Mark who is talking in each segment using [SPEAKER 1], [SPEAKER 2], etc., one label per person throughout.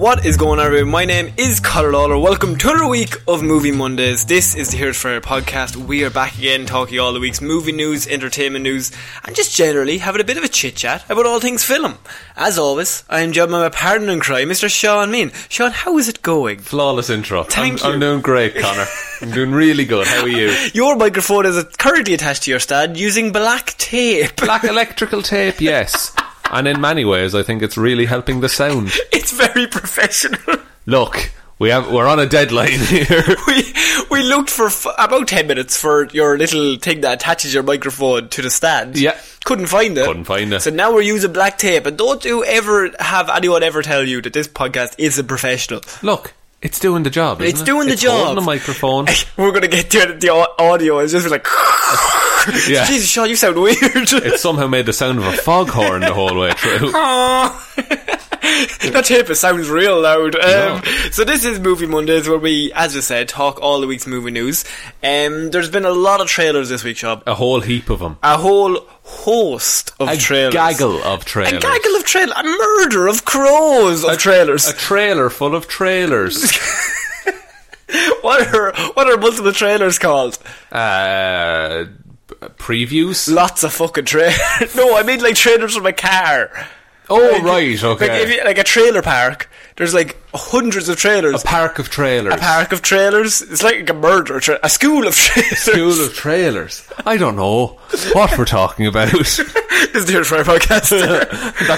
[SPEAKER 1] What is going on, everyone? My name is Connor Lawler. Welcome to another week of Movie Mondays. This is the Hear It For Air podcast. We are back again talking all the week's movie news, entertainment news, and just generally having a bit of a chit chat about all things film. As always, I am joined by my partner in crime, Mr. Sean Mean. Sean, how is it going?
[SPEAKER 2] Flawless intro.
[SPEAKER 1] Thank
[SPEAKER 2] I'm,
[SPEAKER 1] you.
[SPEAKER 2] I'm doing great, Connor. I'm doing really good. How are you?
[SPEAKER 1] Your microphone is currently attached to your stand using black tape.
[SPEAKER 2] Black electrical tape, yes. And in many ways, I think it's really helping the sound.
[SPEAKER 1] It's very professional.
[SPEAKER 2] Look, we have we're on a deadline here.
[SPEAKER 1] we we looked for f- about 10 minutes for your little thing that attaches your microphone to the stand.
[SPEAKER 2] Yeah.
[SPEAKER 1] Couldn't find it.
[SPEAKER 2] Couldn't find it.
[SPEAKER 1] So now we're using black tape. And don't you ever have anyone ever tell you that this podcast isn't professional.
[SPEAKER 2] Look, it's doing the job. Isn't
[SPEAKER 1] it's
[SPEAKER 2] it?
[SPEAKER 1] doing the
[SPEAKER 2] It's
[SPEAKER 1] job.
[SPEAKER 2] Holding a microphone.
[SPEAKER 1] we're going to get to the au- audio. It's just like.
[SPEAKER 2] Yeah.
[SPEAKER 1] Jesus, Sean, you sound weird.
[SPEAKER 2] It somehow made the sound of a foghorn the whole way through.
[SPEAKER 1] that tape sounds real loud. Um,
[SPEAKER 2] No.
[SPEAKER 1] So this is Movie Mondays, where we, as I said, talk all the week's movie news. Um, there's been a lot of trailers this week, Sean.
[SPEAKER 2] A whole heap of them.
[SPEAKER 1] a whole host of
[SPEAKER 2] A
[SPEAKER 1] trailers.
[SPEAKER 2] gaggle of trailers.
[SPEAKER 1] A gaggle of trailers. A murder of crows of trailers.
[SPEAKER 2] A trailer full of trailers.
[SPEAKER 1] what are what are multiple trailers called?
[SPEAKER 2] Uh, previews.
[SPEAKER 1] Lots of fucking trailers. no, I mean like trailers from a car.
[SPEAKER 2] Oh
[SPEAKER 1] Like-
[SPEAKER 2] right,
[SPEAKER 1] Like, if
[SPEAKER 2] okay.
[SPEAKER 1] you, like a trailer park. There's like hundreds of
[SPEAKER 2] A
[SPEAKER 1] trailers.
[SPEAKER 2] park of trailers.
[SPEAKER 1] A park of trailers. It's like a murder. Tra- a school of trailers.
[SPEAKER 2] School of trailers. I don't know what we're talking about. that
[SPEAKER 1] this is the Hero Fire podcast.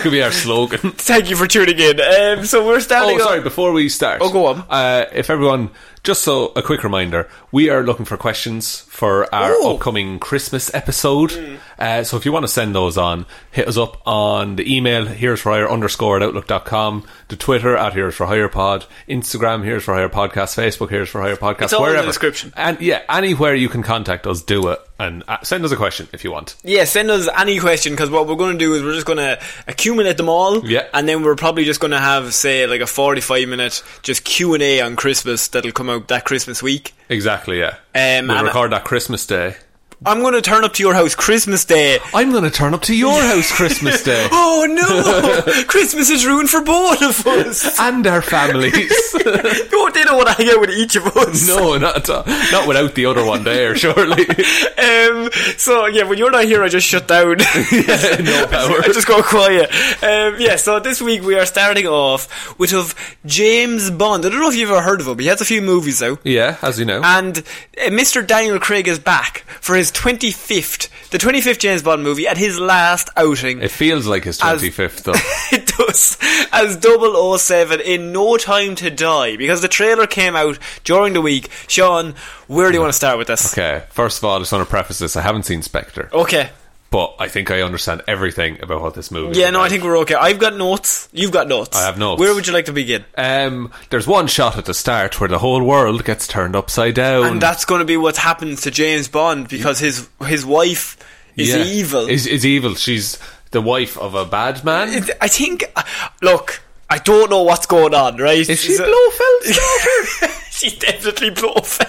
[SPEAKER 2] could be our slogan.
[SPEAKER 1] Thank you for tuning in. Um, so we're starting.
[SPEAKER 2] Oh, sorry.
[SPEAKER 1] on-
[SPEAKER 2] Before we start,
[SPEAKER 1] Oh, go on.
[SPEAKER 2] Uh, if everyone, just so a quick reminder, we are looking for questions for our
[SPEAKER 1] Ooh. Mm.
[SPEAKER 2] upcoming Christmas episode. Uh, so if you want to send those on, hit us up on the email here's for hire underscore at outlook.com, the Twitter at here's for hire pod, Instagram here's for hire podcast, Facebook here's for hire podcast,
[SPEAKER 1] It's all in the
[SPEAKER 2] wherever
[SPEAKER 1] description.
[SPEAKER 2] and yeah, anywhere you can contact us, do it and uh, send us a question if you want.
[SPEAKER 1] Yeah, send us any question because what we're going to do is we're just going to accumulate them all,
[SPEAKER 2] Yeah.
[SPEAKER 1] and then we're probably just going to have say like a forty-five minute just Q and A on Christmas that'll come out that Christmas week.
[SPEAKER 2] Exactly, yeah.
[SPEAKER 1] Um,
[SPEAKER 2] we'll
[SPEAKER 1] and-
[SPEAKER 2] record that Christmas Day.
[SPEAKER 1] I'm going to turn up to your house Christmas Day.
[SPEAKER 2] I'm going to turn up to your house Christmas Day
[SPEAKER 1] Oh no! Christmas is ruined for both of us.
[SPEAKER 2] and our families.
[SPEAKER 1] no, they don't want to hang out with each of us.
[SPEAKER 2] no, not at all. not without the other one there, surely.
[SPEAKER 1] Um, so yeah, when you're not here, I just shut down.
[SPEAKER 2] no power.
[SPEAKER 1] I just go quiet. Um, yeah, so this week we are starting off with of James Bond. I don't know if you've ever heard of him. He has a few movies out.
[SPEAKER 2] yeah, as you know,
[SPEAKER 1] And uh, Mr. Daniel Craig is back for his 25th, the 25th James Bond movie at his last outing.
[SPEAKER 2] it feels like his
[SPEAKER 1] As-
[SPEAKER 2] twenty fifth though.
[SPEAKER 1] it does as 007 in No Time to Die because the trailer came out during the week. Sean, where do you want to start with this?
[SPEAKER 2] Okay, first of all, I just want to preface this: I haven't seen Spectre,
[SPEAKER 1] Okay.
[SPEAKER 2] but I think I understand everything about what this movie. is
[SPEAKER 1] Yeah, no, I
[SPEAKER 2] about.
[SPEAKER 1] think we're okay. I've got notes. You've got notes.
[SPEAKER 2] I have notes.
[SPEAKER 1] Where would you like to begin?
[SPEAKER 2] Um, there's one shot at the start where the whole world gets turned upside down.
[SPEAKER 1] And that's going to be what happens to James Bond because his his wife is
[SPEAKER 2] Yeah.
[SPEAKER 1] evil.
[SPEAKER 2] Is, is evil. She's the wife of a bad man.
[SPEAKER 1] It- I uh, think. Look, I don't know what's going on, right?
[SPEAKER 2] Is she
[SPEAKER 1] So-
[SPEAKER 2] Blofeld's daughter?
[SPEAKER 1] She's definitely Blofeld.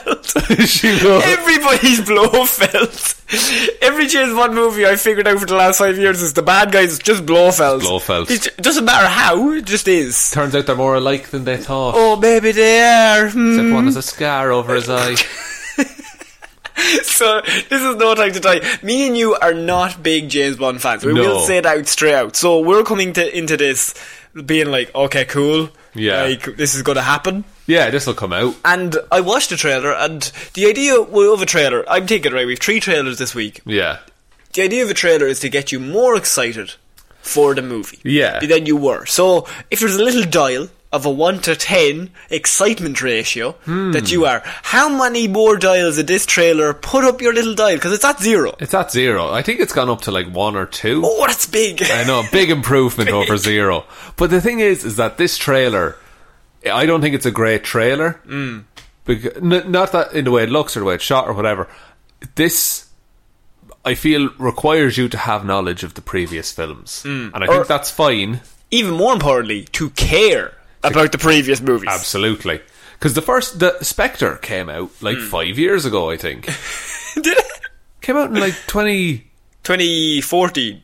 [SPEAKER 2] She will.
[SPEAKER 1] Everybody's Blofeld. Every James Bond movie I figured out for the last five years is the bad guy's just Blofeld.
[SPEAKER 2] Blofeld.
[SPEAKER 1] It doesn't matter how, it just is.
[SPEAKER 2] Turns out they're more alike than they thought.
[SPEAKER 1] Oh, maybe they are. Hmm.
[SPEAKER 2] Except one has a scar over his eye.
[SPEAKER 1] So this is no time to die. Me and you are not big James Bond fans. We
[SPEAKER 2] No.
[SPEAKER 1] will say that straight out. So we're coming to into this being like, okay, cool.
[SPEAKER 2] Yeah.
[SPEAKER 1] Like this is gonna happen.
[SPEAKER 2] yeah, this will come out.
[SPEAKER 1] And I watched the trailer and the idea of a trailer I'm thinking, right, we've three trailers this week.
[SPEAKER 2] Yeah.
[SPEAKER 1] The idea of a trailer is to get you more excited for the movie.
[SPEAKER 2] Yeah.
[SPEAKER 1] Than you were. So if there's a little dial of a 1 to 10 excitement ratio
[SPEAKER 2] Hmm.
[SPEAKER 1] that you are, how many more dials of this trailer put up your little dial? Because it's at zero.
[SPEAKER 2] It's at zero. I think it's gone up to like one or two.
[SPEAKER 1] Oh, that's big.
[SPEAKER 2] I know, big improvement over zero. But the thing is, is that this trailer, I don't think it's a great trailer. Mm. Because, n- not that in the way it looks or the way it's shot or whatever. This, I feel, requires you to have knowledge of the previous films. And I think that's fine.
[SPEAKER 1] Even more importantly, to care about the previous movies.
[SPEAKER 2] Absolutely. Because the first, the Spectre came out like five years ago, I think.
[SPEAKER 1] Hmm. Did it?
[SPEAKER 2] came out in like 20.
[SPEAKER 1] 2014.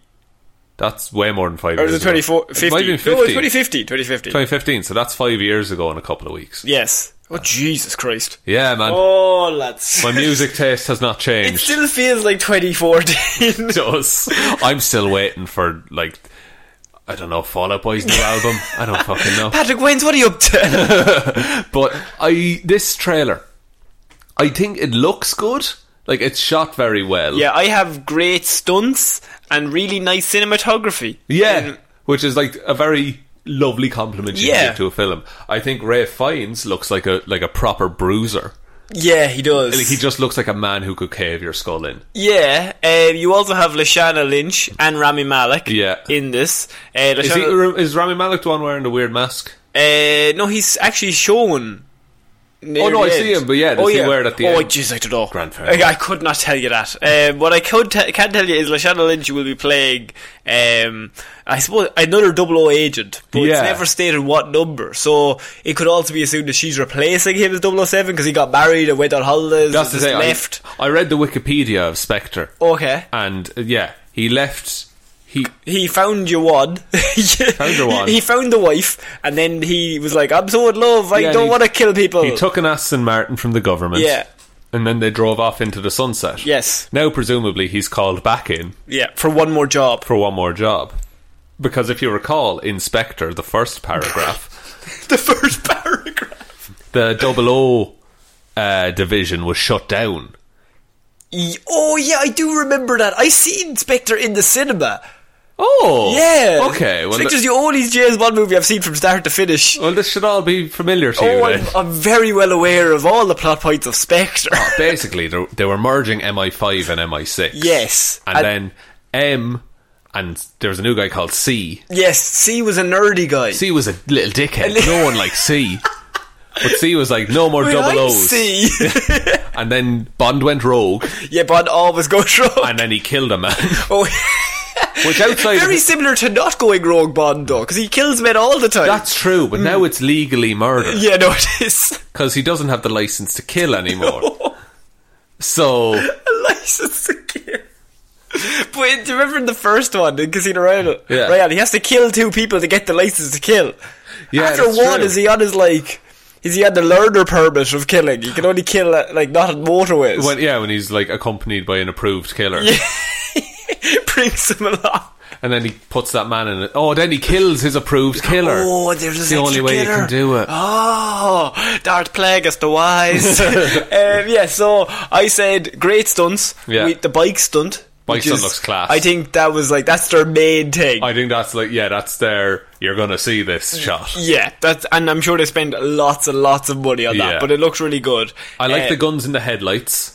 [SPEAKER 2] That's way more than five
[SPEAKER 1] Or
[SPEAKER 2] years
[SPEAKER 1] is it
[SPEAKER 2] ago.
[SPEAKER 1] 24,
[SPEAKER 2] It might have been
[SPEAKER 1] 50? No, Oh, it's
[SPEAKER 2] 50.
[SPEAKER 1] 2050. 2050.
[SPEAKER 2] 2015, so that's five years ago in a couple of weeks.
[SPEAKER 1] Yes. Oh, Jesus Christ.
[SPEAKER 2] Yeah, man.
[SPEAKER 1] Oh, lads.
[SPEAKER 2] My music taste has not
[SPEAKER 1] It
[SPEAKER 2] changed.
[SPEAKER 1] still feels like 2014.
[SPEAKER 2] It does. I'm still waiting for like I don't know Fall Out Boy's new album. I don't fucking know.
[SPEAKER 1] Patrick Waynes, what are you up to?
[SPEAKER 2] But I this trailer, I think it looks good. Like it's shot very well.
[SPEAKER 1] yeah, I have great stunts and really nice cinematography.
[SPEAKER 2] Yeah,
[SPEAKER 1] And
[SPEAKER 2] which is like a very lovely compliment you can
[SPEAKER 1] Yeah.
[SPEAKER 2] give to a film. I think Ray Fiennes looks like a like a proper bruiser.
[SPEAKER 1] yeah, he does.
[SPEAKER 2] Like he just looks like a man who could cave your skull in.
[SPEAKER 1] yeah, uh, you also have Lashana Lynch and Rami Malek
[SPEAKER 2] Yeah.
[SPEAKER 1] in this. Uh,
[SPEAKER 2] Is, he,
[SPEAKER 1] Lashana,
[SPEAKER 2] is Rami Malek the one wearing the weird mask?
[SPEAKER 1] uh, no, he's actually shown. near
[SPEAKER 2] Oh, no,
[SPEAKER 1] the
[SPEAKER 2] I see
[SPEAKER 1] end.
[SPEAKER 2] him, but yeah, does he wear it at the
[SPEAKER 1] oh,
[SPEAKER 2] end?
[SPEAKER 1] jeez, I don't know.
[SPEAKER 2] Grand Fair.
[SPEAKER 1] I, I could not tell you that. Um, what I could te- can tell you is Lashana Lynch will be playing, um, I suppose, another 00 agent, but
[SPEAKER 2] Yeah.
[SPEAKER 1] it's never stated what number. So it could also be assumed that she's replacing him as 007 because he got married and went on holidays
[SPEAKER 2] That's the
[SPEAKER 1] and just
[SPEAKER 2] thing. I-
[SPEAKER 1] left.
[SPEAKER 2] I read the Wikipedia of Spectre.
[SPEAKER 1] Okay.
[SPEAKER 2] and uh, yeah, he left. He
[SPEAKER 1] He found your one. found
[SPEAKER 2] your one.
[SPEAKER 1] He found the wife, and then he was like, "I'm so in love. I
[SPEAKER 2] Yeah,
[SPEAKER 1] don't
[SPEAKER 2] he-
[SPEAKER 1] want to kill people."
[SPEAKER 2] he took an Aston Martin from the government.
[SPEAKER 1] Oh. Yeah.
[SPEAKER 2] and then they drove off into the sunset.
[SPEAKER 1] Yes.
[SPEAKER 2] Now presumably he's called back in
[SPEAKER 1] yeah, for one more job.
[SPEAKER 2] for one more job, because if you recall, Inspector, the first paragraph,
[SPEAKER 1] The first paragraph.
[SPEAKER 2] the double O uh, division was shut down.
[SPEAKER 1] Ye- Oh yeah, I do remember that. I seen Spectre in the cinema.
[SPEAKER 2] Oh,
[SPEAKER 1] Yeah.
[SPEAKER 2] okay. Well, Oh,
[SPEAKER 1] Spectre's
[SPEAKER 2] th-
[SPEAKER 1] the only James Bond movie I've seen from start to finish.
[SPEAKER 2] well, this should all be familiar to you.
[SPEAKER 1] Oh,
[SPEAKER 2] then.
[SPEAKER 1] I'm, I'm very well aware of all the plot points of Spectre.
[SPEAKER 2] Oh. Basically, they they were merging MI5 and MI6.
[SPEAKER 1] Yes.
[SPEAKER 2] and
[SPEAKER 1] And-
[SPEAKER 2] then M, and there was a new guy called C.
[SPEAKER 1] yes, C was a nerdy guy.
[SPEAKER 2] C was a little dickhead. No one liked C. But C was like, no more
[SPEAKER 1] When
[SPEAKER 2] double
[SPEAKER 1] I'm
[SPEAKER 2] O's.
[SPEAKER 1] C.
[SPEAKER 2] And then Bond went rogue
[SPEAKER 1] yeah, Bond always goes wrong.
[SPEAKER 2] and then he killed a man.
[SPEAKER 1] Oh.
[SPEAKER 2] Which outside of
[SPEAKER 1] Very
[SPEAKER 2] his-
[SPEAKER 1] similar to not going rogue Bond though, because he kills men all the time.
[SPEAKER 2] that's true, but now it's legally murder
[SPEAKER 1] yeah, no, it is
[SPEAKER 2] because he doesn't have the license to kill anymore. So
[SPEAKER 1] a license to kill. But do you remember in the first one in Casino Royale?
[SPEAKER 2] Yeah.
[SPEAKER 1] Royale, he has to kill two people to get the license to kill.
[SPEAKER 2] Yeah,
[SPEAKER 1] After
[SPEAKER 2] that's
[SPEAKER 1] one,
[SPEAKER 2] true.
[SPEAKER 1] is he on his like? Is he on the learner permit of killing? He can only kill uh, like not on motorways.
[SPEAKER 2] when yeah, when he's like accompanied by an approved killer,
[SPEAKER 1] brings him along.
[SPEAKER 2] and then he puts that man in it. Oh, then he kills his approved killer.
[SPEAKER 1] Oh, there's this
[SPEAKER 2] It's the only
[SPEAKER 1] extra
[SPEAKER 2] way you
[SPEAKER 1] killer.
[SPEAKER 2] can do it.
[SPEAKER 1] Oh, Darth Plagueis the Wise. um, yeah, so I said great stunts.
[SPEAKER 2] Yeah.
[SPEAKER 1] With the bike stunt.
[SPEAKER 2] Bike
[SPEAKER 1] which
[SPEAKER 2] stunt
[SPEAKER 1] is-
[SPEAKER 2] looks class.
[SPEAKER 1] I think that was like, that's their main thing.
[SPEAKER 2] I think that's like yeah, that's their. You're gonna see this shot.
[SPEAKER 1] yeah, that's, and I'm sure they spend lots and lots of money on
[SPEAKER 2] Yeah.
[SPEAKER 1] that, but it looks really good.
[SPEAKER 2] I like
[SPEAKER 1] Uh,
[SPEAKER 2] the guns in the headlights.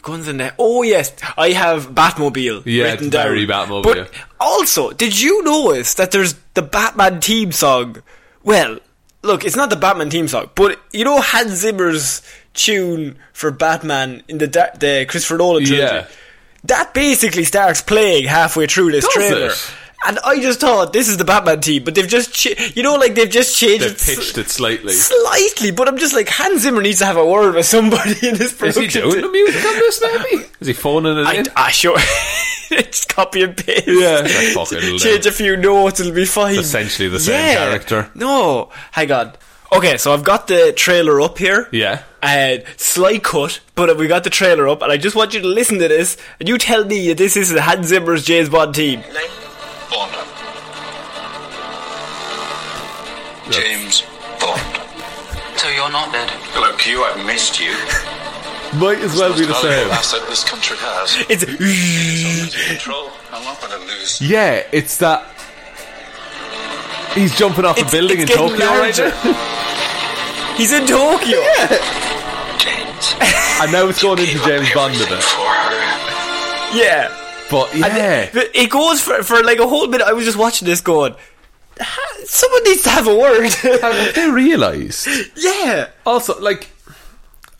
[SPEAKER 1] guns in there. Oh, yes, I have Batmobile
[SPEAKER 2] Yeah,
[SPEAKER 1] written
[SPEAKER 2] it's very
[SPEAKER 1] down.
[SPEAKER 2] Batmobile.
[SPEAKER 1] But also, did you notice that there's the Batman theme song? Well, look, it's not the Batman theme song, but you know Hans Zimmer's tune for Batman in the da- the Christopher Nolan trilogy.
[SPEAKER 2] Yeah.
[SPEAKER 1] That basically starts playing halfway through this
[SPEAKER 2] Does
[SPEAKER 1] trailer.
[SPEAKER 2] it?
[SPEAKER 1] And I just thought this is the Batman team, but they've just ch- you know like they've just changed
[SPEAKER 2] They've
[SPEAKER 1] it s-
[SPEAKER 2] pitched it slightly.
[SPEAKER 1] slightly. But I'm just like Hans Zimmer needs to have a word with somebody in this
[SPEAKER 2] Is
[SPEAKER 1] production.
[SPEAKER 2] he doing
[SPEAKER 1] team.
[SPEAKER 2] the music on this, maybe? Is he phoning it
[SPEAKER 1] I,
[SPEAKER 2] in?
[SPEAKER 1] ah, sure. it's copy and paste.
[SPEAKER 2] Yeah. Like, fuck it, it'll
[SPEAKER 1] Change
[SPEAKER 2] do.
[SPEAKER 1] a few notes, it'll be fine.
[SPEAKER 2] essentially the same character.
[SPEAKER 1] No, hang on. Okay, so I've got the trailer up here.
[SPEAKER 2] Yeah.
[SPEAKER 1] And slight cut, but we got the trailer up, and I just want you to listen to this, and you tell me if this is Hans Zimmer's James Bond team.
[SPEAKER 3] Bond. James Bond.
[SPEAKER 4] So you're not dead.
[SPEAKER 3] Hello, Q. I've missed you.
[SPEAKER 2] Might as well be the same.
[SPEAKER 3] asset this country has.
[SPEAKER 1] It's
[SPEAKER 3] Control. I'm not going to lose.
[SPEAKER 2] Yeah, it's that. He's jumping off
[SPEAKER 1] It's-
[SPEAKER 2] a building
[SPEAKER 1] it's
[SPEAKER 2] in
[SPEAKER 1] getting
[SPEAKER 2] Tokyo right
[SPEAKER 1] larger.
[SPEAKER 2] now,
[SPEAKER 1] he's in Tokyo.
[SPEAKER 3] James.
[SPEAKER 2] and now it's going into James Bond with
[SPEAKER 3] Everything
[SPEAKER 2] it.
[SPEAKER 3] For her.
[SPEAKER 1] Yeah,
[SPEAKER 2] But yeah,
[SPEAKER 1] But it goes for for like a whole minute. I was just watching this, going, "Ha- someone needs to have a word.
[SPEAKER 2] have they realised?
[SPEAKER 1] yeah.
[SPEAKER 2] Also, like,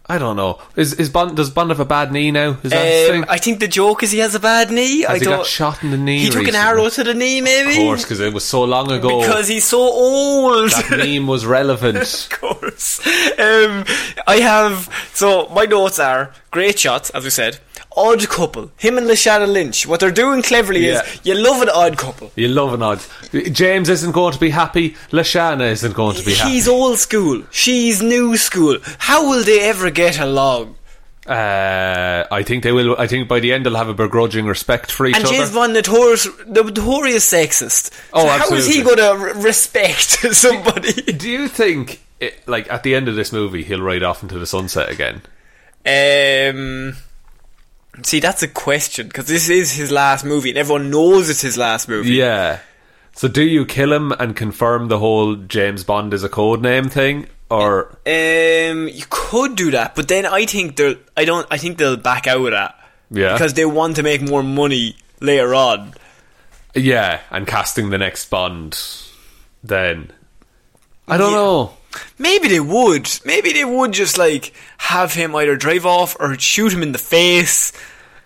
[SPEAKER 2] I don't know. Is is Bond? Does Bond have a bad knee now? Is that his
[SPEAKER 1] Um,
[SPEAKER 2] thing?
[SPEAKER 1] I think the joke is he has a bad knee. I
[SPEAKER 2] he
[SPEAKER 1] thought
[SPEAKER 2] got shot in the knee
[SPEAKER 1] He took an
[SPEAKER 2] recently?
[SPEAKER 1] arrow to the knee, maybe.
[SPEAKER 2] of course, because it was so long ago.
[SPEAKER 1] because he's so old.
[SPEAKER 2] that meme was relevant.
[SPEAKER 1] of course. Um, I have. So my notes are great shots, as we said. Odd couple, him and Lashana Lynch. What they're doing cleverly
[SPEAKER 2] Yeah.
[SPEAKER 1] is you love an odd couple.
[SPEAKER 2] You love an odd. James isn't going to be happy. Lashana isn't going to be happy.
[SPEAKER 1] He's old school. She's new school. How will they ever get along?
[SPEAKER 2] Uh, I think they will. I think by the end they'll have a begrudging respect for each
[SPEAKER 1] And
[SPEAKER 2] other.
[SPEAKER 1] James Bond, notorious, notorious sexist.
[SPEAKER 2] Oh,
[SPEAKER 1] so how is he
[SPEAKER 2] absolutely.
[SPEAKER 1] going to re- respect somebody?
[SPEAKER 2] Do you think, it, like, at the end of this movie, he'll ride off into the sunset again?
[SPEAKER 1] Um, see, that's a question because this is his last movie, and everyone knows it's his last movie.
[SPEAKER 2] Yeah. So, do you kill him and confirm the whole James Bond is a code name thing, or
[SPEAKER 1] Um, you could do that, but then I think they'll. I don't. I think they'll back out of that.
[SPEAKER 2] Yeah.
[SPEAKER 1] Because they want to make more money later on.
[SPEAKER 2] yeah, and casting the next Bond? Then I don't
[SPEAKER 1] Yeah.
[SPEAKER 2] know.
[SPEAKER 1] Maybe they would. Maybe they would just like have him either drive off or shoot him in the face,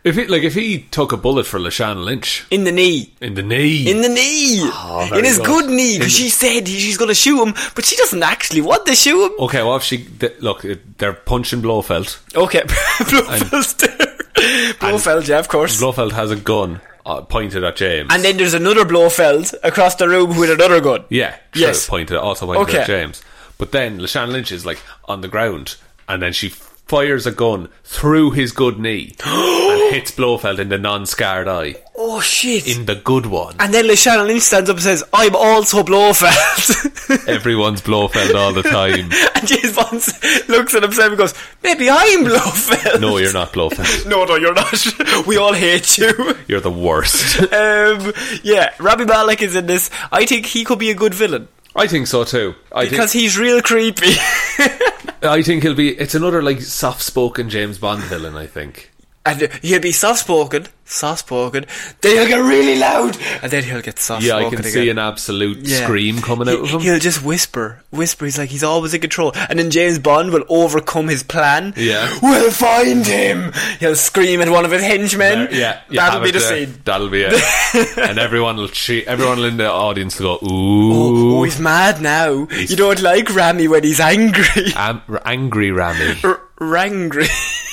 [SPEAKER 2] If he, like if he took a bullet for Lashana Lynch
[SPEAKER 1] in the knee.
[SPEAKER 2] in the knee,
[SPEAKER 1] In the knee,
[SPEAKER 2] Oh, very
[SPEAKER 1] in his
[SPEAKER 2] good.
[SPEAKER 1] good knee,
[SPEAKER 2] In-
[SPEAKER 1] because she said he- she's going to shoot him, but she doesn't actually want to shoot him.
[SPEAKER 2] okay, well if she th- look, it- they're punching Blofeld.
[SPEAKER 1] Okay, Blofeld's there. Blofeld, yeah, of course.
[SPEAKER 2] Blofeld has a gun uh, pointed at James,
[SPEAKER 1] and then there's another Blofeld across the room with another gun.
[SPEAKER 2] Yeah, true.
[SPEAKER 1] Yes.
[SPEAKER 2] Pointed also pointed
[SPEAKER 1] Okay.
[SPEAKER 2] at James. But then Lashan Lynch is like on the ground, and then she fires a gun through his good knee and hits Blofeld in the non-scarred eye,
[SPEAKER 1] Oh shit!
[SPEAKER 2] in the good one.
[SPEAKER 1] and then Lashana Lynch stands up and says, "I'm also Blofeld."
[SPEAKER 2] Everyone's Blofeld all the time.
[SPEAKER 1] and James Bond s- looks at himself and goes, "Maybe I'm Blofeld."
[SPEAKER 2] No, you're not Blofeld.
[SPEAKER 1] No, no, you're not. we all hate you.
[SPEAKER 2] You're the worst.
[SPEAKER 1] Um, yeah, Rami Malek is in this. I think he could be a good villain
[SPEAKER 2] I think so too. I think,
[SPEAKER 1] because he's real creepy.
[SPEAKER 2] I think he'll be. It's another like soft-spoken James Bond villain. I think.
[SPEAKER 1] And he'll be soft spoken, soft spoken. Then he'll get really loud, and then he'll get soft
[SPEAKER 2] Yeah,
[SPEAKER 1] spoken.
[SPEAKER 2] I can
[SPEAKER 1] again.
[SPEAKER 2] see an absolute scream coming out of him.
[SPEAKER 1] He'll just whisper, whisper. He's like he's always in control, and then James Bond will overcome his plan.
[SPEAKER 2] Yeah.
[SPEAKER 1] we'll find him. He'll scream at one of his henchmen.
[SPEAKER 2] Uh, Yeah, you
[SPEAKER 1] that'll
[SPEAKER 2] have
[SPEAKER 1] be
[SPEAKER 2] it
[SPEAKER 1] the
[SPEAKER 2] there.
[SPEAKER 1] scene.
[SPEAKER 2] That'll be it. and everyone will cheer. Everyone in the audience will go,
[SPEAKER 1] Oh,
[SPEAKER 2] "Ooh,
[SPEAKER 1] he's mad now. you don't like Rami when he's angry.
[SPEAKER 2] am- r- angry Rami."
[SPEAKER 1] R- Rangry.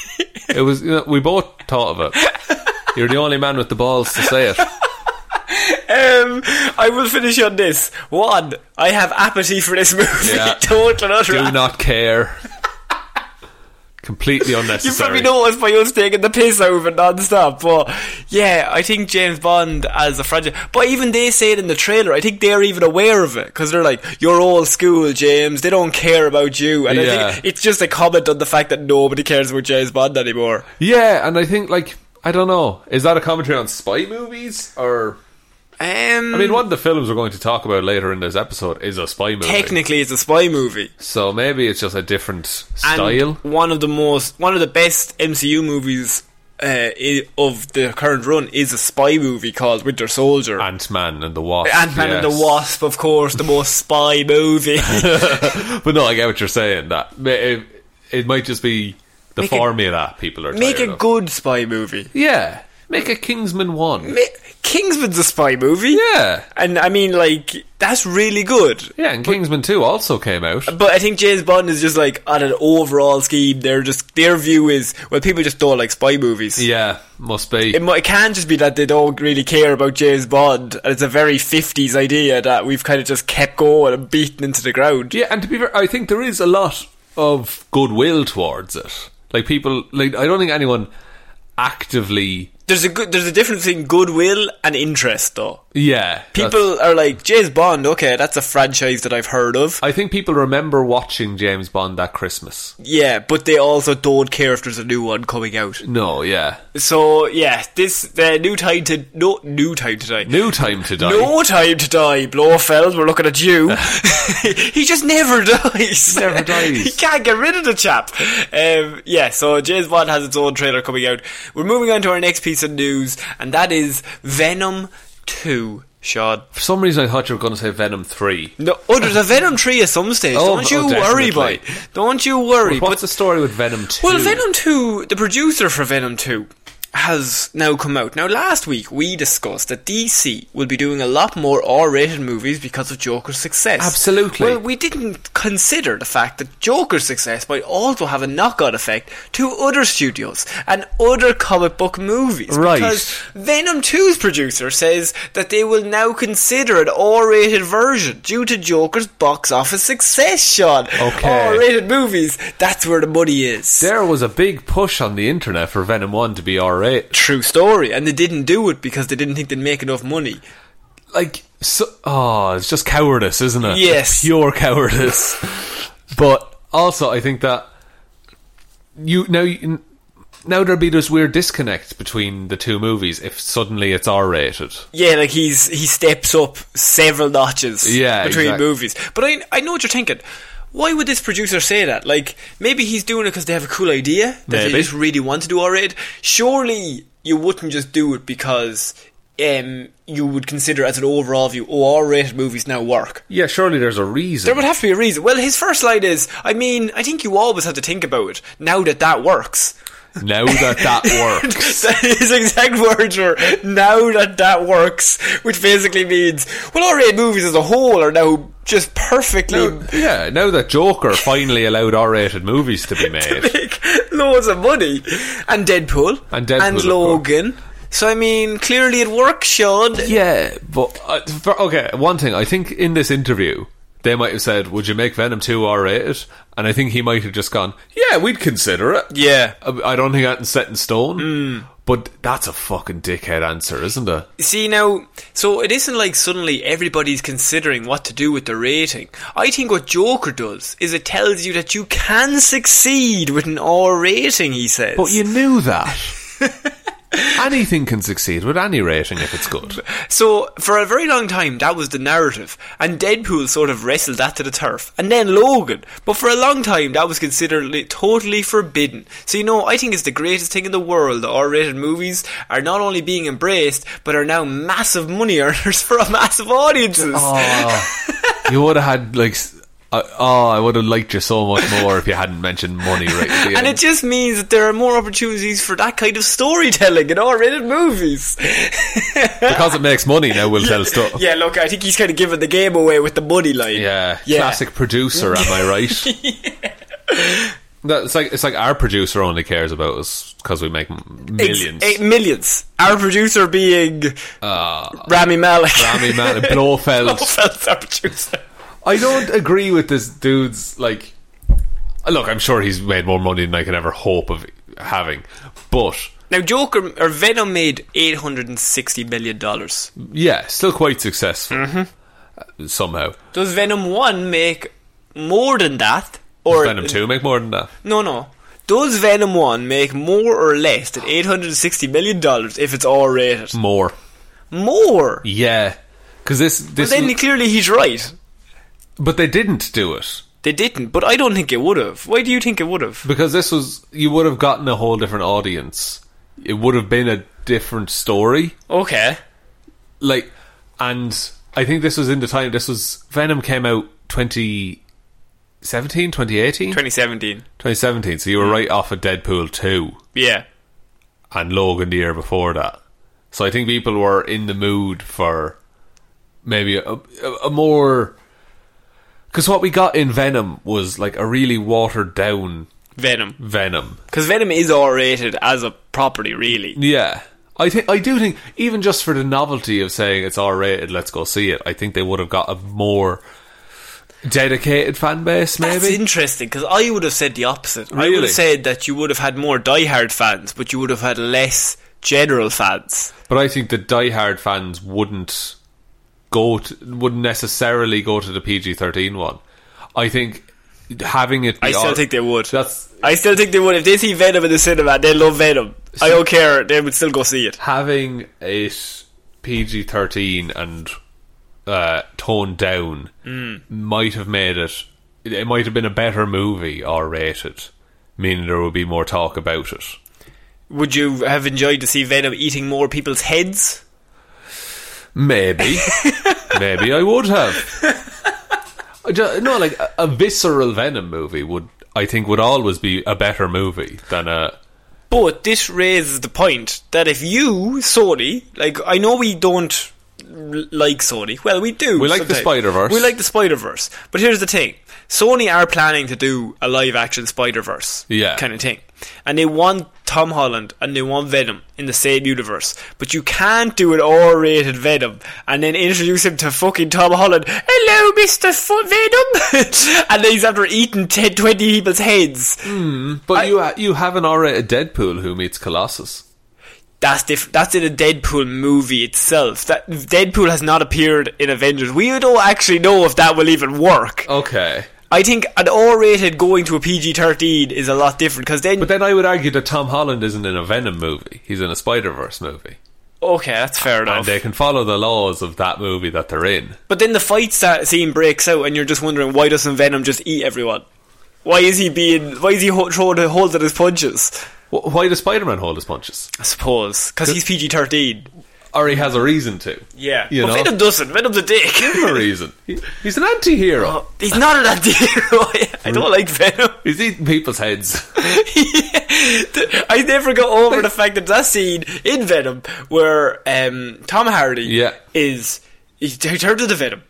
[SPEAKER 2] It was. You know, we both thought of it. You're the only man with the balls to say it.
[SPEAKER 1] Um, I will finish on this. One, I have apathy for this movie.
[SPEAKER 2] Yeah.
[SPEAKER 1] Total and utter
[SPEAKER 2] Do not care. Completely
[SPEAKER 1] You probably
[SPEAKER 2] unnecessary.
[SPEAKER 1] know us by us taking the piss over non-stop, but yeah, I think James Bond as a fragile. But even they say it in the trailer. I think they're even aware of it because they're like, "You're old school, James. They don't care about you." And I
[SPEAKER 2] Yeah.
[SPEAKER 1] think it's just a comment on the fact that nobody cares about James Bond anymore.
[SPEAKER 2] Yeah, and I think like I don't know. Is that a commentary on spy movies or?
[SPEAKER 1] Um,
[SPEAKER 2] I mean, one of the films we're going to talk about later in this episode is a spy movie.
[SPEAKER 1] technically, it's a spy movie.
[SPEAKER 2] so maybe it's just a different
[SPEAKER 1] And
[SPEAKER 2] style.
[SPEAKER 1] one of the most, one of the best MCU movies. Uh, i- of the current run is a spy movie called Winter Soldier.
[SPEAKER 2] Ant Man and the Wasp.
[SPEAKER 1] Ant Man and
[SPEAKER 2] yes.
[SPEAKER 1] the Wasp, of course, the most spy movie.
[SPEAKER 2] But no, I get what you're saying. That ma- it, it might just be the
[SPEAKER 1] Make a-
[SPEAKER 2] formula people are
[SPEAKER 1] Make
[SPEAKER 2] tired
[SPEAKER 1] a
[SPEAKER 2] of.
[SPEAKER 1] good spy movie.
[SPEAKER 2] yeah. Make a Kingsman one.
[SPEAKER 1] Ma- Kingsman's a spy movie.
[SPEAKER 2] Yeah.
[SPEAKER 1] And I mean, like, that's really good.
[SPEAKER 2] Yeah, and Kingsman 2 also came out.
[SPEAKER 1] But I think James Bond is just like on an overall scheme. They're just their view is well, people just don't like spy movies.
[SPEAKER 2] Yeah, must be.
[SPEAKER 1] It, mi- it can just be that they don't really care about James Bond, and it's a very '50s idea that we've kind of just kept going and beaten into the ground.
[SPEAKER 2] Yeah, and to be fair, I think there is a lot of goodwill towards it. Like people, like I don't think anyone actively.
[SPEAKER 1] There's a good, there's a difference between goodwill and interest, though.
[SPEAKER 2] Yeah, that's-
[SPEAKER 1] People are like James Bond. Okay, that's a franchise that I've heard of.
[SPEAKER 2] I think people remember watching James Bond that Christmas.
[SPEAKER 1] Yeah, but they also don't care if there's a new one coming out.
[SPEAKER 2] No, yeah,
[SPEAKER 1] So yeah, this the new time to no new time today.
[SPEAKER 2] new time to die.
[SPEAKER 1] No time to die, Blofeld. We're looking at you. he just never dies.
[SPEAKER 2] Never dies.
[SPEAKER 1] he can't get rid of the chap. Um, yeah, so James Bond has its own trailer coming out. We're moving on to our next piece of news, and that is Venom 2, Sean.
[SPEAKER 2] For some reason, I thought you were going to say Venom Three.
[SPEAKER 1] No, oh, there's a Venom 3 at some stage.
[SPEAKER 2] Oh,
[SPEAKER 1] Don't
[SPEAKER 2] oh,
[SPEAKER 1] you worry, boy.
[SPEAKER 2] definitely.
[SPEAKER 1] Don't you worry.
[SPEAKER 2] But what's the story with Venom Two?
[SPEAKER 1] Well, Venom 2, the producer for Venom 2, has now come out. Now, last week we discussed that DC will be doing a lot more R rated movies because of Joker's success.
[SPEAKER 2] Absolutely.
[SPEAKER 1] Well, we didn't consider the fact that Joker's success might also have a knock on effect to other studios and other comic book movies.
[SPEAKER 2] Right.
[SPEAKER 1] Because Venom 2's producer says that they will now consider an R rated version due to Joker's box office success, Sean.
[SPEAKER 2] Okay.
[SPEAKER 1] R rated movies, that's where the money is.
[SPEAKER 2] There was a big push on the internet for Venom One to be R eight.
[SPEAKER 1] True story, and they didn't do it because they didn't think they'd make enough money.
[SPEAKER 2] like so oh it's just cowardice isn't it
[SPEAKER 1] Yes.
[SPEAKER 2] pure cowardice but also i think that you now you- now there'd be this weird disconnect between the two movies if suddenly it's r-rated
[SPEAKER 1] Yeah, like he's he steps up several notches
[SPEAKER 2] Yeah,
[SPEAKER 1] between
[SPEAKER 2] exactly.
[SPEAKER 1] movies. But I I know what you're thinking. Why would this producer say that? Like maybe he's doing it because they have a cool idea that they
[SPEAKER 2] Maybe.
[SPEAKER 1] just really want to do R rated. Surely you wouldn't just do it because um you would consider as an overall view. Oh, R rated movies now work.
[SPEAKER 2] yeah surely there's a reason
[SPEAKER 1] There would have to be a reason. Well, his first line is, I mean, I think you always have to think about it now that that works.
[SPEAKER 2] now that that works
[SPEAKER 1] that is exact words were now that that works, which basically means well, R-rated movies as a whole are now just perfectly
[SPEAKER 2] Now- yeah now that joker finally allowed r-rated movies to be made
[SPEAKER 1] make loads of money, and Deadpool
[SPEAKER 2] And Deadpool, of
[SPEAKER 1] Logan. So I mean, clearly it works, Sean.
[SPEAKER 2] yeah but uh, for, okay one thing i think in this interview they might have said would you make venom 2 r-rated and i think he might have just gone yeah we'd consider it
[SPEAKER 1] Yeah. Hmm.
[SPEAKER 2] I I don't think that's set in stone. But that's a fucking dickhead answer, isn't it?
[SPEAKER 1] See now, so it isn't like suddenly everybody's considering what to do with the rating. I think what Joker does is it tells you that you can succeed with an R rating. He says,
[SPEAKER 2] But you knew that. Anything can succeed with any rating if it's good.
[SPEAKER 1] So for a very long time, that was the narrative, and Deadpool sort of wrestled that to the turf, and then Logan. But for a long time, that was considered li- totally forbidden. So you know, I think it's the greatest thing in the world that R-rated movies are not only being embraced, but are now massive money earners for massive audiences.
[SPEAKER 2] You would have had like, s- uh, oh, I would have liked you so much more if you hadn't mentioned money right. at the
[SPEAKER 1] And
[SPEAKER 2] end.
[SPEAKER 1] it just means that there are more opportunities for that kind of storytelling in R-rated movies.
[SPEAKER 2] because it makes money. Now we'll tell stuff.
[SPEAKER 1] yeah, look, I think he's kind of given the game away with the money line.
[SPEAKER 2] Yeah,
[SPEAKER 1] Yeah.
[SPEAKER 2] classic producer. Am I right? That, it's like it's like our producer only cares about us because we make m-
[SPEAKER 1] Ex-
[SPEAKER 2] millions.
[SPEAKER 1] eh, millions. Our producer being
[SPEAKER 2] Ah,
[SPEAKER 1] Rami Malek.
[SPEAKER 2] Rami Malek, Blofeld,
[SPEAKER 1] Blofeld's our producer.
[SPEAKER 2] I don't agree with this dude's like. Look, I'm sure he's made more money than I can ever hope of having, but
[SPEAKER 1] Now, Joker or Venom made eight hundred and sixty million dollars.
[SPEAKER 2] yeah, still quite successful
[SPEAKER 1] Mm-hmm.
[SPEAKER 2] Uh, somehow.
[SPEAKER 1] Does Venom one make more than that? Or
[SPEAKER 2] Venom two make more than that.
[SPEAKER 1] No, no. Does Venom one make more or less than eight hundred and sixty million dollars if it's R rated?
[SPEAKER 2] More,
[SPEAKER 1] More.
[SPEAKER 2] yeah, because this this.
[SPEAKER 1] Then clearly he's right.
[SPEAKER 2] but they didn't do it
[SPEAKER 1] They didn't, but I don't think it would have. Why do you think it would have?
[SPEAKER 2] because this was you would have gotten a whole different audience. It would have been a different story.
[SPEAKER 1] Okay.
[SPEAKER 2] like and i think this was in the time this was venom came out 2017 2018
[SPEAKER 1] Twenty seventeen.
[SPEAKER 2] 2017 so you were right off of deadpool 2
[SPEAKER 1] Yeah.
[SPEAKER 2] and logan the year before that So I think people were in the mood for maybe a, a, a more. Because what we got in Venom was like a really watered down
[SPEAKER 1] Venom.
[SPEAKER 2] Venom.
[SPEAKER 1] Because Venom is R rated as a property, really.
[SPEAKER 2] Yeah. I think I do think even just for the novelty of saying it's R rated, let's go see it. I think they would have got a more dedicated fan base. Maybe
[SPEAKER 1] That's interesting because I would have said the opposite. I would
[SPEAKER 2] Really?
[SPEAKER 1] have said that you would have had more diehard fans, but you would have had less general fans.
[SPEAKER 2] But I think the diehard fans wouldn't go to, wouldn't necessarily go to the PG thirteen one. I think having it. Be
[SPEAKER 1] I still
[SPEAKER 2] R-
[SPEAKER 1] think they would.
[SPEAKER 2] That's
[SPEAKER 1] I still think they would. If they see Venom in the cinema, they love Venom. I don't care. They would still go see it.
[SPEAKER 2] having it PG thirteen and uh, toned down might have made it. It might have been a better movie, R rated, meaning there would be more talk about it.
[SPEAKER 1] Would you have enjoyed to see Venom eating more people's heads?
[SPEAKER 2] Maybe, maybe I would have. I ju- No, like a, a visceral Venom movie would, I think, would always be a better movie than a.
[SPEAKER 1] But this raises the point that if you, Sony, like I know we don't l- like Sony. Well, we do.
[SPEAKER 2] We like the
[SPEAKER 1] sometimes.
[SPEAKER 2] Spider-Verse.
[SPEAKER 1] We like the Spider Verse. But here's the thing: Sony are planning to do a live action Spider Verse,
[SPEAKER 2] Yeah.
[SPEAKER 1] kind of thing, and they want Tom Holland and they want Venom in the same universe. But you can't do an R-rated Venom and then introduce him to fucking Tom Holland. Hello, Mister Fu- Venom, and then he's after eating 10, 20 people's heads.
[SPEAKER 2] But you ha- you have an R-rated Deadpool who meets Colossus.
[SPEAKER 1] that's diff- that's in a Deadpool movie itself. That Deadpool has not appeared in Avengers. We don't actually know if that will even work.
[SPEAKER 2] Okay,
[SPEAKER 1] I think an R-rated going to a PG-13 is a lot different because then,
[SPEAKER 2] but then I would argue that Tom Holland isn't in a Venom movie; he's in a Spider Verse movie,
[SPEAKER 1] okay, that's fair
[SPEAKER 2] and
[SPEAKER 1] enough.
[SPEAKER 2] they can follow the laws of that movie that they're in.
[SPEAKER 1] but then the fight sta- scene breaks out, and you're just wondering why doesn't Venom just eat everyone? Why is he being? Why is he ho- throwing a hold at his punches?
[SPEAKER 2] Wh- Why does Spider Man hold his punches?
[SPEAKER 1] I suppose because he's PG-13.
[SPEAKER 2] Or he has a reason to.
[SPEAKER 1] Yeah,
[SPEAKER 2] you
[SPEAKER 1] but
[SPEAKER 2] know,
[SPEAKER 1] Venom doesn't. Venom's a dick.
[SPEAKER 2] a reason. He- he's an anti-hero.
[SPEAKER 1] He's not an anti-hero. I
[SPEAKER 2] Mm.
[SPEAKER 1] don't like Venom.
[SPEAKER 2] He's eating people's heads.
[SPEAKER 1] I never got over the fact that that scene in Venom where um, Tom Hardy
[SPEAKER 2] Yeah.
[SPEAKER 1] is he, t- he turns into Venom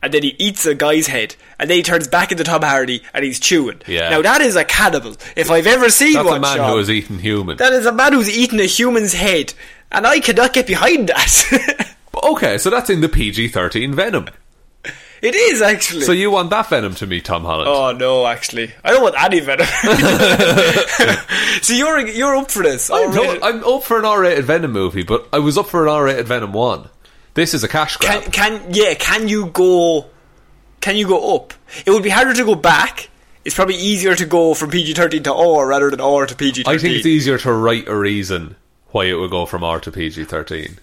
[SPEAKER 1] and then he eats a guy's head and then he turns back into Tom Hardy and he's chewing.
[SPEAKER 2] Yeah.
[SPEAKER 1] Now that is a cannibal. If I've ever seen
[SPEAKER 2] That's
[SPEAKER 1] one,
[SPEAKER 2] a man
[SPEAKER 1] Sean,
[SPEAKER 2] who has eaten human.
[SPEAKER 1] that is a man who's eaten a human's head, and I cannot get behind that.
[SPEAKER 2] okay, so that's in the PG thirteen Venom.
[SPEAKER 1] it is actually.
[SPEAKER 2] So you want that Venom to meet Tom Holland?
[SPEAKER 1] Oh no! Actually, I don't want any venom. so you're you're up for this?
[SPEAKER 2] I'm,
[SPEAKER 1] All right.
[SPEAKER 2] to- I'm up for an R-rated Venom movie, but I was up for an R-rated Venom one. This is a cash grab.
[SPEAKER 1] Can can yeah? Can you go? Can you go up? It would be harder to go back. It's probably easier to go from PG thirteen to R rather than R to PG thirteen.
[SPEAKER 2] I think it's e- easier to write a reason why it would go from R to PG thirteen.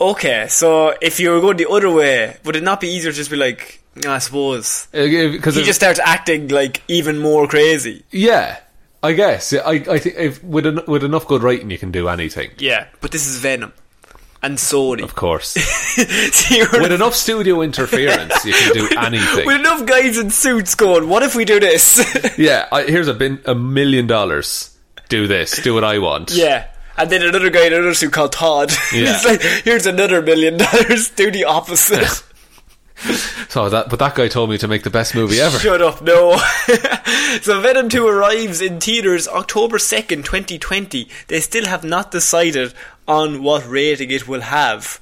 [SPEAKER 1] okay, so if you were going the other way, would it not be easier to just be like? I suppose
[SPEAKER 2] Because
[SPEAKER 1] he just starts acting like even more crazy.
[SPEAKER 2] yeah, I guess Yeah, I, I think if with en- with enough good writing, you can do anything.
[SPEAKER 1] Yeah, but this is Venom and Sony.
[SPEAKER 2] Of course,
[SPEAKER 1] See, you're-
[SPEAKER 2] with enough studio interference, you can do anything.
[SPEAKER 1] with enough guys in suits going, what if we do this?
[SPEAKER 2] Yeah, I, here's a bin a million dollars. Do this. Do what I want.
[SPEAKER 1] yeah. And then another guy in another suit called Todd.
[SPEAKER 2] Yeah.
[SPEAKER 1] He's like, here's another million dollars, do the opposite.
[SPEAKER 2] So that, but that guy told me to make the best movie ever.
[SPEAKER 1] Shut up, no. so Venom 2 arrives in theaters October 2nd, 2020. They still have not decided on what rating it will have.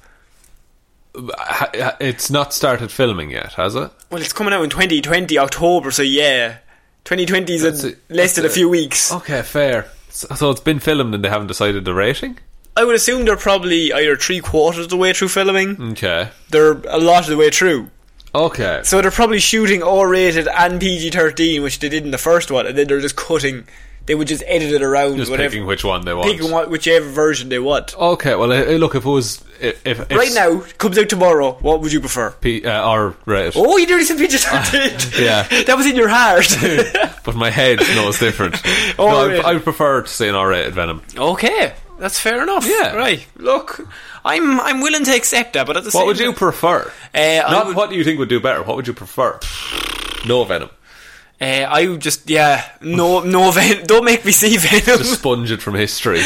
[SPEAKER 2] Ha- ha- It's not started filming yet, has it?
[SPEAKER 1] Well, it's coming out in 2020, October, so yeah. 2020 is
[SPEAKER 2] That's
[SPEAKER 1] in
[SPEAKER 2] it. Oh.
[SPEAKER 1] less than a few weeks.
[SPEAKER 2] Okay, fair. So, so it's been filmed and they haven't decided the rating.
[SPEAKER 1] I would assume they're probably either three quarters of the way through filming.
[SPEAKER 2] Okay.
[SPEAKER 1] They're a lot of the way through.
[SPEAKER 2] Okay.
[SPEAKER 1] So they're probably shooting R-rated and PG-13, which they did in the first one, and then they're just cutting. They would just edit it around
[SPEAKER 2] Just
[SPEAKER 1] whatever,
[SPEAKER 2] picking which one they want.
[SPEAKER 1] picking what, whichever version they want.
[SPEAKER 2] Okay. Well, eh, eh, look, if it was if, if
[SPEAKER 1] Right now, comes out tomorrow. What would you prefer?
[SPEAKER 2] P, uh, R rated,
[SPEAKER 1] Oh, you nearly said PG-13.
[SPEAKER 2] yeah.
[SPEAKER 1] that was in your heart.
[SPEAKER 2] but my head knows different.
[SPEAKER 1] Oh,
[SPEAKER 2] no,
[SPEAKER 1] really?
[SPEAKER 2] I, I prefer to say an R rated Venom.
[SPEAKER 1] okay, that's fair enough.
[SPEAKER 2] Yeah.
[SPEAKER 1] Right. Look, I'm I'm willing to accept that, but at the
[SPEAKER 2] What
[SPEAKER 1] same
[SPEAKER 2] would you
[SPEAKER 1] time-
[SPEAKER 2] prefer?
[SPEAKER 1] Eh, I
[SPEAKER 2] Not
[SPEAKER 1] would-
[SPEAKER 2] what do you think would do better. What would you prefer? No Venom.
[SPEAKER 1] Uh, I would just yeah. No, no. Ven- don't make me see Venom.
[SPEAKER 2] Just sponge it from history.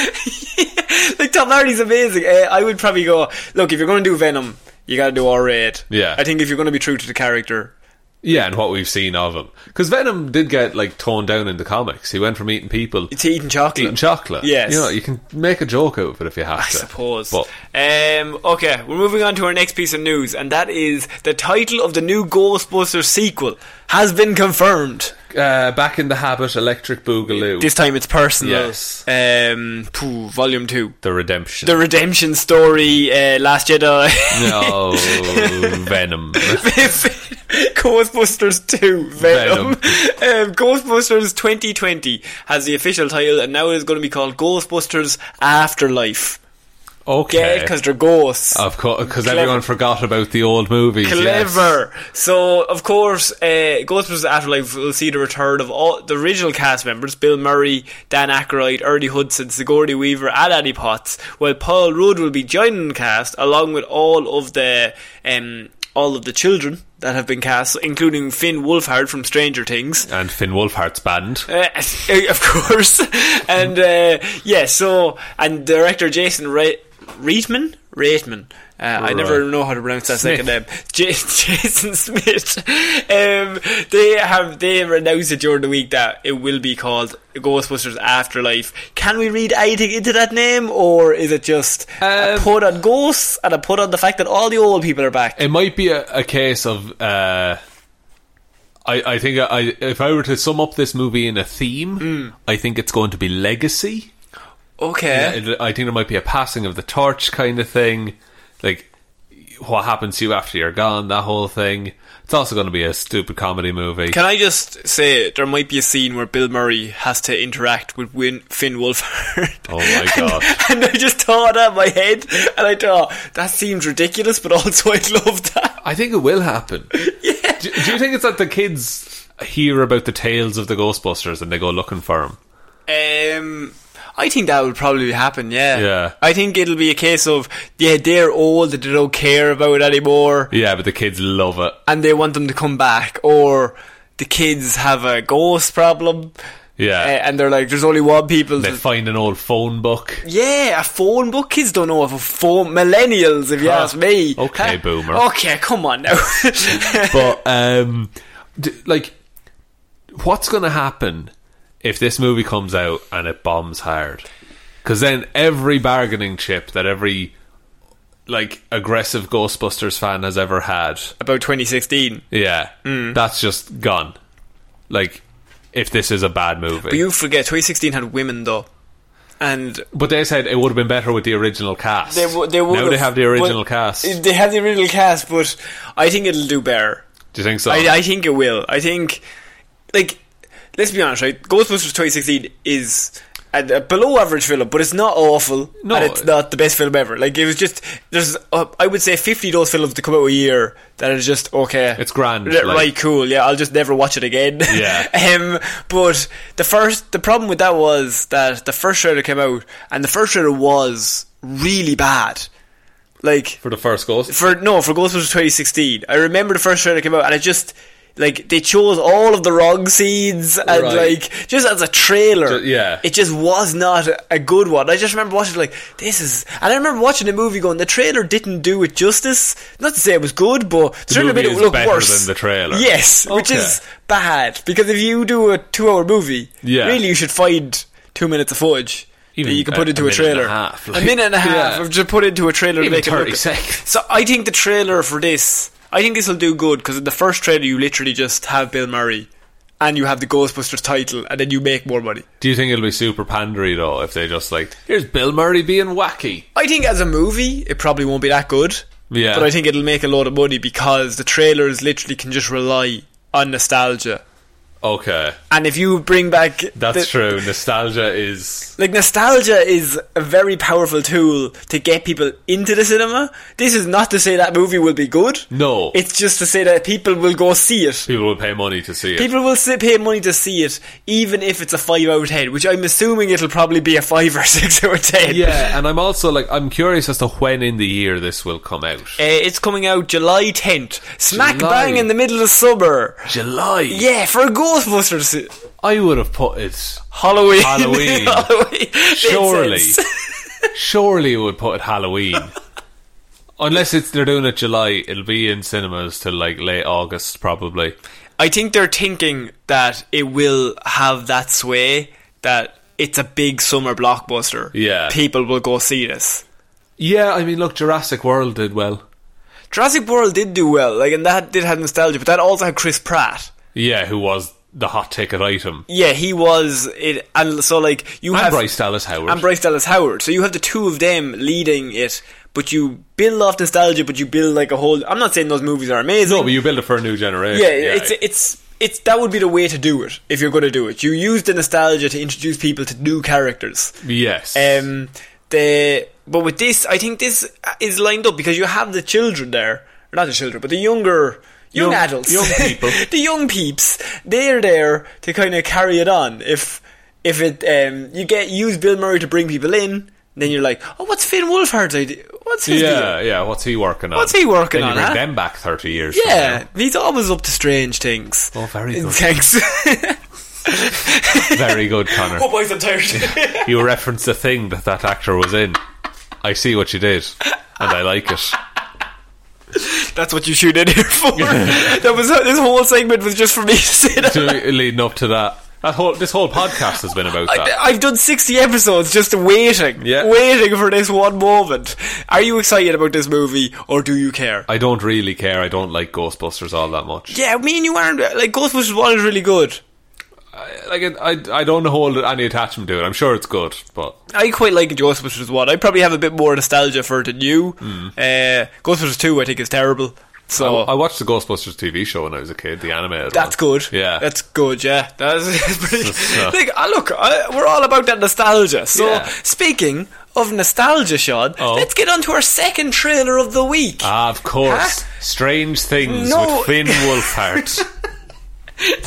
[SPEAKER 1] like Tom Hardy's amazing. Uh, I would probably go. Look, if you're going to do Venom, you got to do R eight.
[SPEAKER 2] Yeah.
[SPEAKER 1] I think if you're going to be true to the character,
[SPEAKER 2] Yeah, and what we've seen of him. Because Venom did get, like, toned down in the comics. He went from eating people
[SPEAKER 1] it's eating chocolate.
[SPEAKER 2] eating chocolate.
[SPEAKER 1] Yes.
[SPEAKER 2] You know, you can make a joke out of it if you have
[SPEAKER 1] I
[SPEAKER 2] to.
[SPEAKER 1] suppose.
[SPEAKER 2] But
[SPEAKER 1] um, okay, we're moving on to our next piece of news, and that is the title of the new Ghostbusters sequel has been confirmed.
[SPEAKER 2] uh, back in the habit, Electric Boogaloo.
[SPEAKER 1] This time it's personal.
[SPEAKER 2] Yes.
[SPEAKER 1] Um, phew, volume 2.
[SPEAKER 2] the redemption.
[SPEAKER 1] The Redemption Story, uh, Last Jedi.
[SPEAKER 2] no,
[SPEAKER 1] Oh,
[SPEAKER 2] Venom.
[SPEAKER 1] Ghostbusters 2 Venom. Um, Ghostbusters 2020 has the official title and now it is going to be called Ghostbusters Afterlife.
[SPEAKER 2] Okay. Oh,
[SPEAKER 1] Yeah, because they're ghosts.
[SPEAKER 2] of course, because
[SPEAKER 1] Clever.
[SPEAKER 2] everyone forgot about the old movies. yes.
[SPEAKER 1] Clever. So, of course, uh, Ghostbusters Afterlife will see the return of all the original cast members: Bill Murray, Dan Aykroyd, Ernie Hudson, Sigourney Weaver, and Annie Potts. While Paul Rudd will be joining the cast along with all of the um, all of the children that have been cast, including Finn Wolfhard from Stranger Things.
[SPEAKER 2] And Finn Wolfhard's band.
[SPEAKER 1] Uh, of course. and uh, yeah, so and director Jason Re- Reitman, Reitman. Uh, I never
[SPEAKER 2] Right.
[SPEAKER 1] know how to pronounce that
[SPEAKER 2] Smith.
[SPEAKER 1] second name. J- Jason Smith. Um, they have they announced it during the week that it will be called Ghostbusters Afterlife. Can we read anything into that name, or is it just a
[SPEAKER 2] Um,
[SPEAKER 1] put on ghosts and a put on the fact that all the old people are back?
[SPEAKER 2] It might be a, a case of. Uh, I, I think I, I, if I were to sum up this movie in a theme,
[SPEAKER 1] Mm.
[SPEAKER 2] I think it's going to be legacy.
[SPEAKER 1] Okay.
[SPEAKER 2] It- I think there might be a passing of the torch kind of thing, like what happens to you after you're gone. That whole thing. It's also going to be a stupid comedy movie.
[SPEAKER 1] Can I just say there might be a scene where Bill Murray has to interact with Win- Finn Wolfhard?
[SPEAKER 2] Oh my God.
[SPEAKER 1] And, I just thought that in my head, and I thought that seems ridiculous, but also I love that.
[SPEAKER 2] I think it will happen. do, do you think it's that the kids hear about the tales of the Ghostbusters and they go looking for them?
[SPEAKER 1] Um, I think that would probably happen. Yeah,
[SPEAKER 2] Yeah.
[SPEAKER 1] I think it'll be a case of yeah, they're old, they don't care about it anymore,
[SPEAKER 2] Yeah, but the kids love it.
[SPEAKER 1] and they want them to come back, or the kids have a ghost problem, uh,
[SPEAKER 2] Yeah.
[SPEAKER 1] and they're like, there's only one people.
[SPEAKER 2] they
[SPEAKER 1] to-
[SPEAKER 2] find an old phone book.
[SPEAKER 1] Yeah, a phone book. Kids don't know of a phone. Millennials, if you
[SPEAKER 2] Huh.
[SPEAKER 1] ask me.
[SPEAKER 2] Okay,
[SPEAKER 1] Huh?
[SPEAKER 2] boomer.
[SPEAKER 1] Okay, come on now.
[SPEAKER 2] But, um, d- like, what's going to happen if this movie comes out and it bombs hard? Because then every bargaining chip that every, like, aggressive Ghostbusters fan has ever had
[SPEAKER 1] About 2016.
[SPEAKER 2] Yeah, that's just gone. Like, if this is a bad movie,
[SPEAKER 1] But
[SPEAKER 2] but,
[SPEAKER 1] you forget, 2016 had women though. And
[SPEAKER 2] they said it would have been better with the original cast.
[SPEAKER 1] they, w- they would
[SPEAKER 2] now they have the original
[SPEAKER 1] well,
[SPEAKER 2] cast. Do
[SPEAKER 1] They have the original cast, but I think it'll do better.
[SPEAKER 2] you think so?
[SPEAKER 1] I, I think it will. I think, like, let's be honest, right? Ghostbusters 2016 is a, a below average film, but it's not awful.
[SPEAKER 2] No.
[SPEAKER 1] and it's not the best film ever. Like, it was just there's, uh, I would say, 50 of those films that come out a year that are just okay.
[SPEAKER 2] It's grand,
[SPEAKER 1] Right,
[SPEAKER 2] like-
[SPEAKER 1] right, cool. Yeah, I'll just never watch it again.
[SPEAKER 2] Yeah.
[SPEAKER 1] um, but the first, the problem with that was that the first trailer came out, and the first trailer was really bad. Like
[SPEAKER 2] For the first Ghost,
[SPEAKER 1] for no for Ghostbusters 2016. I remember the first trailer that came out, and it just like they chose all of the wrong seeds, and
[SPEAKER 2] Right.
[SPEAKER 1] like just as a trailer,
[SPEAKER 2] Ju- yeah.
[SPEAKER 1] it just was not a good one. I just remember watching it like this is, and I remember watching the movie going, the trailer didn't do it justice. Not to say it was good, but the trailer
[SPEAKER 2] movie
[SPEAKER 1] made it
[SPEAKER 2] is
[SPEAKER 1] look
[SPEAKER 2] better
[SPEAKER 1] worse
[SPEAKER 2] than the trailer.
[SPEAKER 1] Yes, which
[SPEAKER 2] Okay.
[SPEAKER 1] is bad because if you do a two-hour movie,
[SPEAKER 2] Yeah.
[SPEAKER 1] really you should find two minutes of footage.
[SPEAKER 2] Even
[SPEAKER 1] that you can
[SPEAKER 2] a-
[SPEAKER 1] put into
[SPEAKER 2] a
[SPEAKER 1] a,
[SPEAKER 2] minute and a
[SPEAKER 1] trailer,
[SPEAKER 2] half,
[SPEAKER 1] a
[SPEAKER 2] like-
[SPEAKER 1] minute and a half
[SPEAKER 2] Yeah.
[SPEAKER 1] of to put into a trailer
[SPEAKER 2] Even
[SPEAKER 1] to make it
[SPEAKER 2] 30
[SPEAKER 1] look-
[SPEAKER 2] seconds.
[SPEAKER 1] So I think the trailer for this, I think this will do good because in the first trailer you literally just have Bill Murray and you have the Ghostbusters title and then you make more money.
[SPEAKER 2] do you think it'll be super pandery though? If they just like, here's Bill Murray being wacky.
[SPEAKER 1] I think as a movie it probably won't be that good.
[SPEAKER 2] Yeah.
[SPEAKER 1] But I think it'll make a lot of money because the trailers literally can just rely on nostalgia.
[SPEAKER 2] Okay,
[SPEAKER 1] And if you bring back
[SPEAKER 2] that's
[SPEAKER 1] the-
[SPEAKER 2] true. Nostalgia is
[SPEAKER 1] Like nostalgia is a very powerful tool to get people into the cinema. This is not to say that movie will be good.
[SPEAKER 2] no.
[SPEAKER 1] It's just to say that people will go see it.
[SPEAKER 2] people will pay money to see it.
[SPEAKER 1] People will si- pay money to see it, even if it's a 5 out of 10, which I'm assuming it'll probably be a 5 or 6 out of 10.
[SPEAKER 2] yeah, and I'm also like, I'm curious as to when in the year this will come out.
[SPEAKER 1] Uh, it's coming out July 10th. Smack
[SPEAKER 2] July.
[SPEAKER 1] bang in the middle of summer.
[SPEAKER 2] July.
[SPEAKER 1] Yeah, for a Ghostbusters.
[SPEAKER 2] I would have put it
[SPEAKER 1] Halloween.
[SPEAKER 2] Halloween.
[SPEAKER 1] Halloween. Makes
[SPEAKER 2] Surely.
[SPEAKER 1] sense.
[SPEAKER 2] surely it would put it Halloween. Unless it's they're doing it July, it'll be in cinemas till like late August probably.
[SPEAKER 1] I think they're thinking that it will have that sway that it's a big summer blockbuster.
[SPEAKER 2] Yeah.
[SPEAKER 1] People will go see this.
[SPEAKER 2] Yeah, I mean, look, Jurassic World did well.
[SPEAKER 1] Jurassic World did do well, like, and that did have nostalgia, but that also had Chris Pratt.
[SPEAKER 2] Yeah, who was the hot ticket item?
[SPEAKER 1] Yeah, he was it, and so like you
[SPEAKER 2] And
[SPEAKER 1] have
[SPEAKER 2] Bryce Dallas Howard.
[SPEAKER 1] and Bryce Dallas Howard. So you have the two of them leading it, but you build off nostalgia, but you build like a whole. I'm not saying those movies are amazing.
[SPEAKER 2] no, Oh, but you build it for a new generation.
[SPEAKER 1] yeah, it's it's it's that would be the way to do it if you're going to do it. You use the nostalgia to introduce people to new characters.
[SPEAKER 2] yes.
[SPEAKER 1] Um, the but with this, I think this is lined up because you have the children there, or not the children, but the younger. Young,
[SPEAKER 2] Young-
[SPEAKER 1] adults,
[SPEAKER 2] young people.
[SPEAKER 1] the young peeps, they're there to kind of carry it on. If if it um, you get use Bill Murray to bring people in, then you're like, oh, what's Finn Wolfhard's idea? What's his deal?
[SPEAKER 2] yeah, yeah. What's he working on?
[SPEAKER 1] What's he working
[SPEAKER 2] then
[SPEAKER 1] on,
[SPEAKER 2] You bring
[SPEAKER 1] huh?
[SPEAKER 2] them back thirty years. from
[SPEAKER 1] Yeah, he's always up to strange things.
[SPEAKER 2] Oh, very good.
[SPEAKER 1] Thanks.
[SPEAKER 2] now. very good, Connor.
[SPEAKER 1] oh, boys, I'm tired.
[SPEAKER 2] You referenced the thing that that actor was in. I see what you did, and I like it.
[SPEAKER 1] That's what you shoot in here for. that was this whole segment was just for me to say that.
[SPEAKER 2] To leading up to that, that whole this whole podcast has been about
[SPEAKER 1] I,
[SPEAKER 2] that.
[SPEAKER 1] I've done 60 episodes just waiting,
[SPEAKER 2] Yeah.
[SPEAKER 1] waiting for this one moment. Are you excited about this movie or do you care?
[SPEAKER 2] I don't really care. I don't like Ghostbusters all that much.
[SPEAKER 1] yeah, me and you aren't. Like, Ghostbusters 1 is really good.
[SPEAKER 2] Like I, I, I don't hold any attachment to it. I'm sure it's good, but
[SPEAKER 1] I quite like Ghostbusters 1. I probably have a bit more nostalgia for it than you. Uh, Ghostbusters 2, I think, is terrible. So.
[SPEAKER 2] I watched the Ghostbusters TV show when I was a kid, the animated.
[SPEAKER 1] Oh. that's
[SPEAKER 2] one.
[SPEAKER 1] good.
[SPEAKER 2] Yeah,
[SPEAKER 1] that's good. Yeah, that's pretty.
[SPEAKER 2] So-
[SPEAKER 1] like, ah, look, I, we're all about that nostalgia. So,
[SPEAKER 2] Yeah.
[SPEAKER 1] speaking of nostalgia, Sean,
[SPEAKER 2] Oh.
[SPEAKER 1] let's get on to our second trailer of the week.
[SPEAKER 2] Ah, of course.
[SPEAKER 1] Huh?
[SPEAKER 2] Strange things
[SPEAKER 1] No.
[SPEAKER 2] with Finn Wolfhard.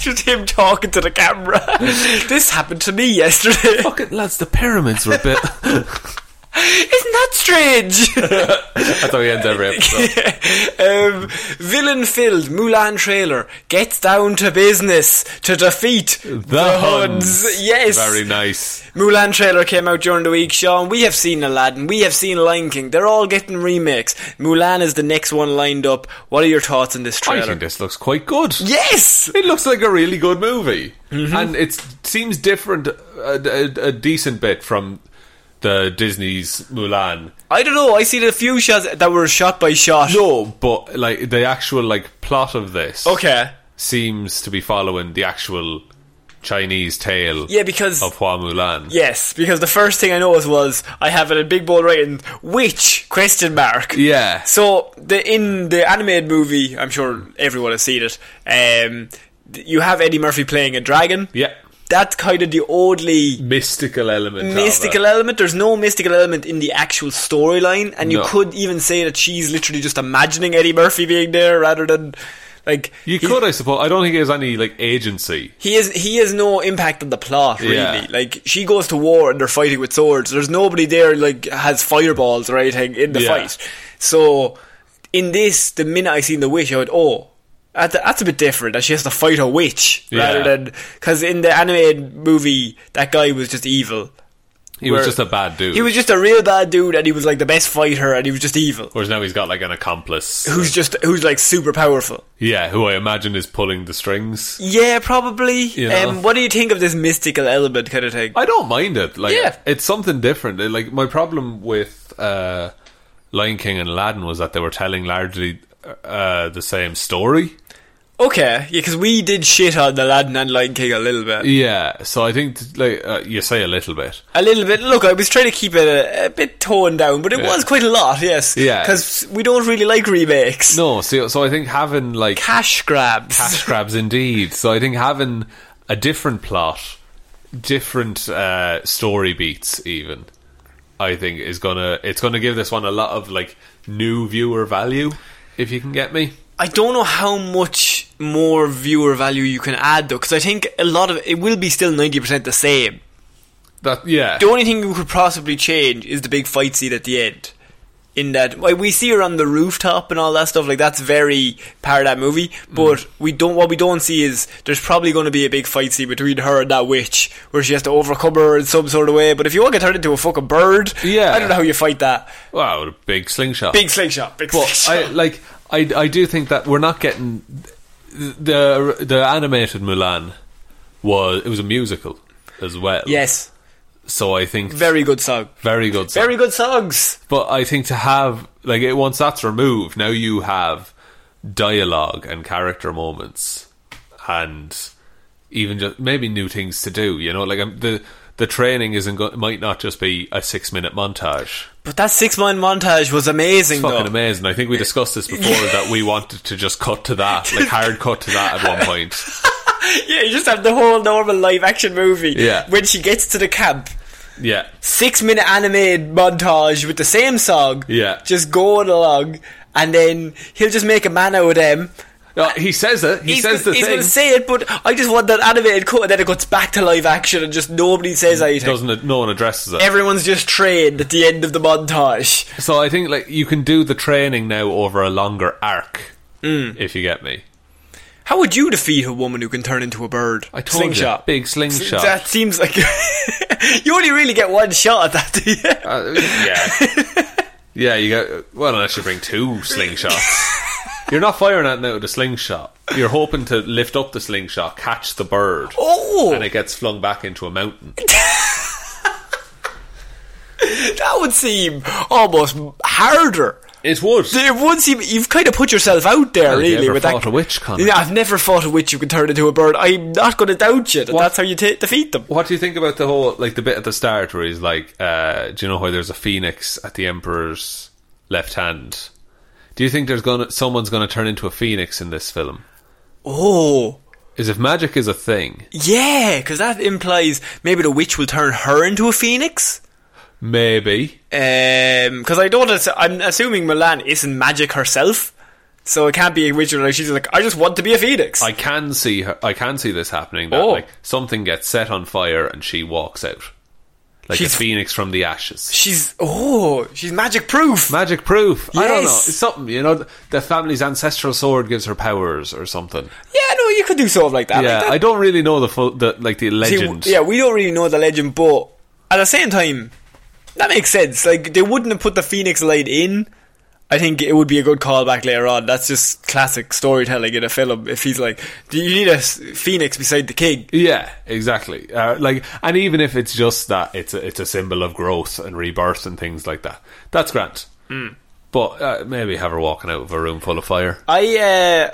[SPEAKER 1] just him talking to the camera. this happened to me yesterday.
[SPEAKER 2] Fucking lads, the pyramids were a bit.
[SPEAKER 1] Isn't that strange?
[SPEAKER 2] That's how he ends every episode.
[SPEAKER 1] um, villain filled Mulan trailer gets down to business to defeat the, Huns. Yes.
[SPEAKER 2] Very nice.
[SPEAKER 1] Mulan trailer came out during the week, Sean. We have seen Aladdin, we have seen Lion King. They're all getting remakes. Mulan is the next one lined up. What are your thoughts on this
[SPEAKER 2] I
[SPEAKER 1] trailer?
[SPEAKER 2] think this looks quite good.
[SPEAKER 1] yes!
[SPEAKER 2] It looks like a really good movie,
[SPEAKER 1] Mm-hmm.
[SPEAKER 2] and it seems different a, a, a decent bit from the Disney's Mulan.
[SPEAKER 1] I don't know, I seen a few shots that were shot by shot.
[SPEAKER 2] No, but like the actual like plot of this
[SPEAKER 1] Okay.
[SPEAKER 2] seems to be following the actual Chinese tale
[SPEAKER 1] Yeah, because
[SPEAKER 2] of Hua Mulan.
[SPEAKER 1] Yes, because the first thing I noticed was I have it in big bold writing which question mark.
[SPEAKER 2] Yeah.
[SPEAKER 1] So the in the animated movie, I'm sure everyone has seen it. Um, th- you have Eddie Murphy playing a dragon.
[SPEAKER 2] Yeah.
[SPEAKER 1] That's kind of the only
[SPEAKER 2] mystical element. of it.
[SPEAKER 1] mystical element. There's no mystical element in the actual storyline, and you
[SPEAKER 2] No.
[SPEAKER 1] could even say that she's literally just imagining Eddie Murphy being there rather than like
[SPEAKER 2] You
[SPEAKER 1] e- he-
[SPEAKER 2] could, I suppose. I don't think there's any like agency.
[SPEAKER 1] He is he has no impact on the plot really.
[SPEAKER 2] Yeah.
[SPEAKER 1] Like she goes to war and they're fighting with swords. There's nobody there like has fireballs or anything in the
[SPEAKER 2] Yeah.
[SPEAKER 1] fight. So in this, the minute I seen the witch, I went, "Oh, that, that's a bit different." That she has to fight a witch rather
[SPEAKER 2] Yeah.
[SPEAKER 1] than because in the animated movie, that guy was just evil.
[SPEAKER 2] He
[SPEAKER 1] Where-
[SPEAKER 2] was just a bad dude.
[SPEAKER 1] He was just a real bad dude, and he was like the best fighter, and he was just evil.
[SPEAKER 2] Whereas now he's got like an accomplice.
[SPEAKER 1] Who's just who's like super powerful.
[SPEAKER 2] yeah, who I imagine is pulling the strings.
[SPEAKER 1] Yeah, probably.
[SPEAKER 2] Yeah.
[SPEAKER 1] Um, what do you think of this mystical element kind of thing?
[SPEAKER 2] I don't mind it. Like
[SPEAKER 1] Yeah.
[SPEAKER 2] it's something different. It- like my problem with uh, Lion King and Aladdin was that they were telling largely uh, the same story.
[SPEAKER 1] Okay, yeah, because we did shit on the Aladdin and Lion King a little bit.
[SPEAKER 2] Yeah, so I think like uh, you say a little bit.
[SPEAKER 1] A little bit. Look, I was trying to keep it a, a bit toned down, but it
[SPEAKER 2] Yeah.
[SPEAKER 1] was quite a lot, yes.
[SPEAKER 2] Yeah.
[SPEAKER 1] Because we don't really like remakes.
[SPEAKER 2] No, so so I think having like
[SPEAKER 1] Cash grabs.
[SPEAKER 2] cash grabs indeed. So I think having a different plot, different uh, story beats, even I think is gonna it's gonna give this one a lot of like new viewer value. If you can get me,
[SPEAKER 1] I don't know how much more viewer value you can add, though, because I think a lot of it will be still 90% the same.
[SPEAKER 2] that yeah,
[SPEAKER 1] The only thing you could possibly change is the big fight scene at the end. in that like, we see her on the rooftop and all that stuff. Like that's very part of that movie.
[SPEAKER 2] Mm.
[SPEAKER 1] But we don't. What we don't see is there's probably going to be a big fight scene between her and that witch, where she has to overcome her in some sort of way. But if you want to turn into a fucking bird,
[SPEAKER 2] Yeah.
[SPEAKER 1] I don't know how you fight that.
[SPEAKER 2] Wow, a big slingshot.
[SPEAKER 1] Big slingshot. Big
[SPEAKER 2] But
[SPEAKER 1] slingshot.
[SPEAKER 2] I like I I do think that we're not getting the the animated Mulan was it was a musical as well.
[SPEAKER 1] yes.
[SPEAKER 2] So I think
[SPEAKER 1] Very good song.
[SPEAKER 2] very good. song.
[SPEAKER 1] Very good songs.
[SPEAKER 2] But I think to have like it once that's removed, now you have dialogue and character moments, and even just maybe new things to do. You know, like um, the the training isn't go- might not just be a six minute montage.
[SPEAKER 1] But that six man montage was amazing.
[SPEAKER 2] It's fucking
[SPEAKER 1] though.
[SPEAKER 2] amazing. I think we discussed this before that we wanted to just cut to that, like hard cut to that at one point.
[SPEAKER 1] Yeah, you just have the whole normal live action movie.
[SPEAKER 2] Yeah.
[SPEAKER 1] When she gets to the camp,
[SPEAKER 2] Yeah,
[SPEAKER 1] six minute animated montage with the same song.
[SPEAKER 2] Yeah.
[SPEAKER 1] Just going along, and then he'll just make a man out of them.
[SPEAKER 2] No, he says it. He
[SPEAKER 1] he's
[SPEAKER 2] says
[SPEAKER 1] gonna,
[SPEAKER 2] the
[SPEAKER 1] he's
[SPEAKER 2] thing.
[SPEAKER 1] gonna say it, but I just want that animated cut, and then it goes back to live action, and just nobody says anything.
[SPEAKER 2] doesn't no one addresses it?
[SPEAKER 1] Everyone's just trained at the end of the montage.
[SPEAKER 2] So I think like you can do the training now over a longer arc,
[SPEAKER 1] Mm.
[SPEAKER 2] if you get me.
[SPEAKER 1] How would you defeat a woman who can turn into a bird?
[SPEAKER 2] I told
[SPEAKER 1] slingshot.
[SPEAKER 2] you, big slingshot.
[SPEAKER 1] That seems like you only really get one shot at that. Do you?
[SPEAKER 2] Uh, yeah, yeah. You got well, unless you bring two slingshots. You're not firing at it now with a slingshot. You're hoping to lift up the slingshot, catch the bird,
[SPEAKER 1] Oh,
[SPEAKER 2] and it gets flung back into a mountain.
[SPEAKER 1] that would seem almost harder.
[SPEAKER 2] It would.
[SPEAKER 1] It would seem you've kind of put yourself out there,
[SPEAKER 2] Have you
[SPEAKER 1] really.
[SPEAKER 2] ever
[SPEAKER 1] with
[SPEAKER 2] fought
[SPEAKER 1] that.
[SPEAKER 2] a witch, Conor?
[SPEAKER 1] Yeah, I've never fought a witch who can turn into a bird. I'm not going to doubt you. That that's how you ta defeat them.
[SPEAKER 2] What do you think about the whole like the bit at the start where he's like, uh, "Do you know why there's a phoenix at the emperor's left hand?" Do you think there's gonna someone's gonna turn into a phoenix in this film?
[SPEAKER 1] Oh,
[SPEAKER 2] Is if magic is a thing,
[SPEAKER 1] yeah, because that implies maybe the witch will turn her into a phoenix.
[SPEAKER 2] maybe
[SPEAKER 1] Because I don't. ass- I'm assuming Milan isn't magic herself, so it can't be a witch. Like she's like, I just want to be a phoenix.
[SPEAKER 2] I can see her. I can see this happening. That
[SPEAKER 1] Oh.
[SPEAKER 2] like something gets set on fire and she walks out like
[SPEAKER 1] She's-
[SPEAKER 2] a phoenix from the ashes.
[SPEAKER 1] she's oh, she's magic proof.
[SPEAKER 2] Magic proof. I don't know.
[SPEAKER 1] Yes.
[SPEAKER 2] It's something, you know. The family's ancestral sword gives her powers or something.
[SPEAKER 1] yeah, no, you could do something like that.
[SPEAKER 2] yeah,
[SPEAKER 1] like that
[SPEAKER 2] I don't really know the full, the like the
[SPEAKER 1] See,
[SPEAKER 2] legend.
[SPEAKER 1] yeah, we don't really know the legend, but at the same time, that makes sense. Like they wouldn't have put the Phoenix Light in. I think it would be a good callback later on. That's just classic storytelling in a film. If he's like, "Do you need a s- phoenix beside the king?"
[SPEAKER 2] Yeah, exactly. Uh, like, and even if it's just that, it's a, it's a symbol of growth and rebirth and things like that. That's grand.
[SPEAKER 1] Hmm.
[SPEAKER 2] But uh, maybe have her walking out of a room full of fire.
[SPEAKER 1] I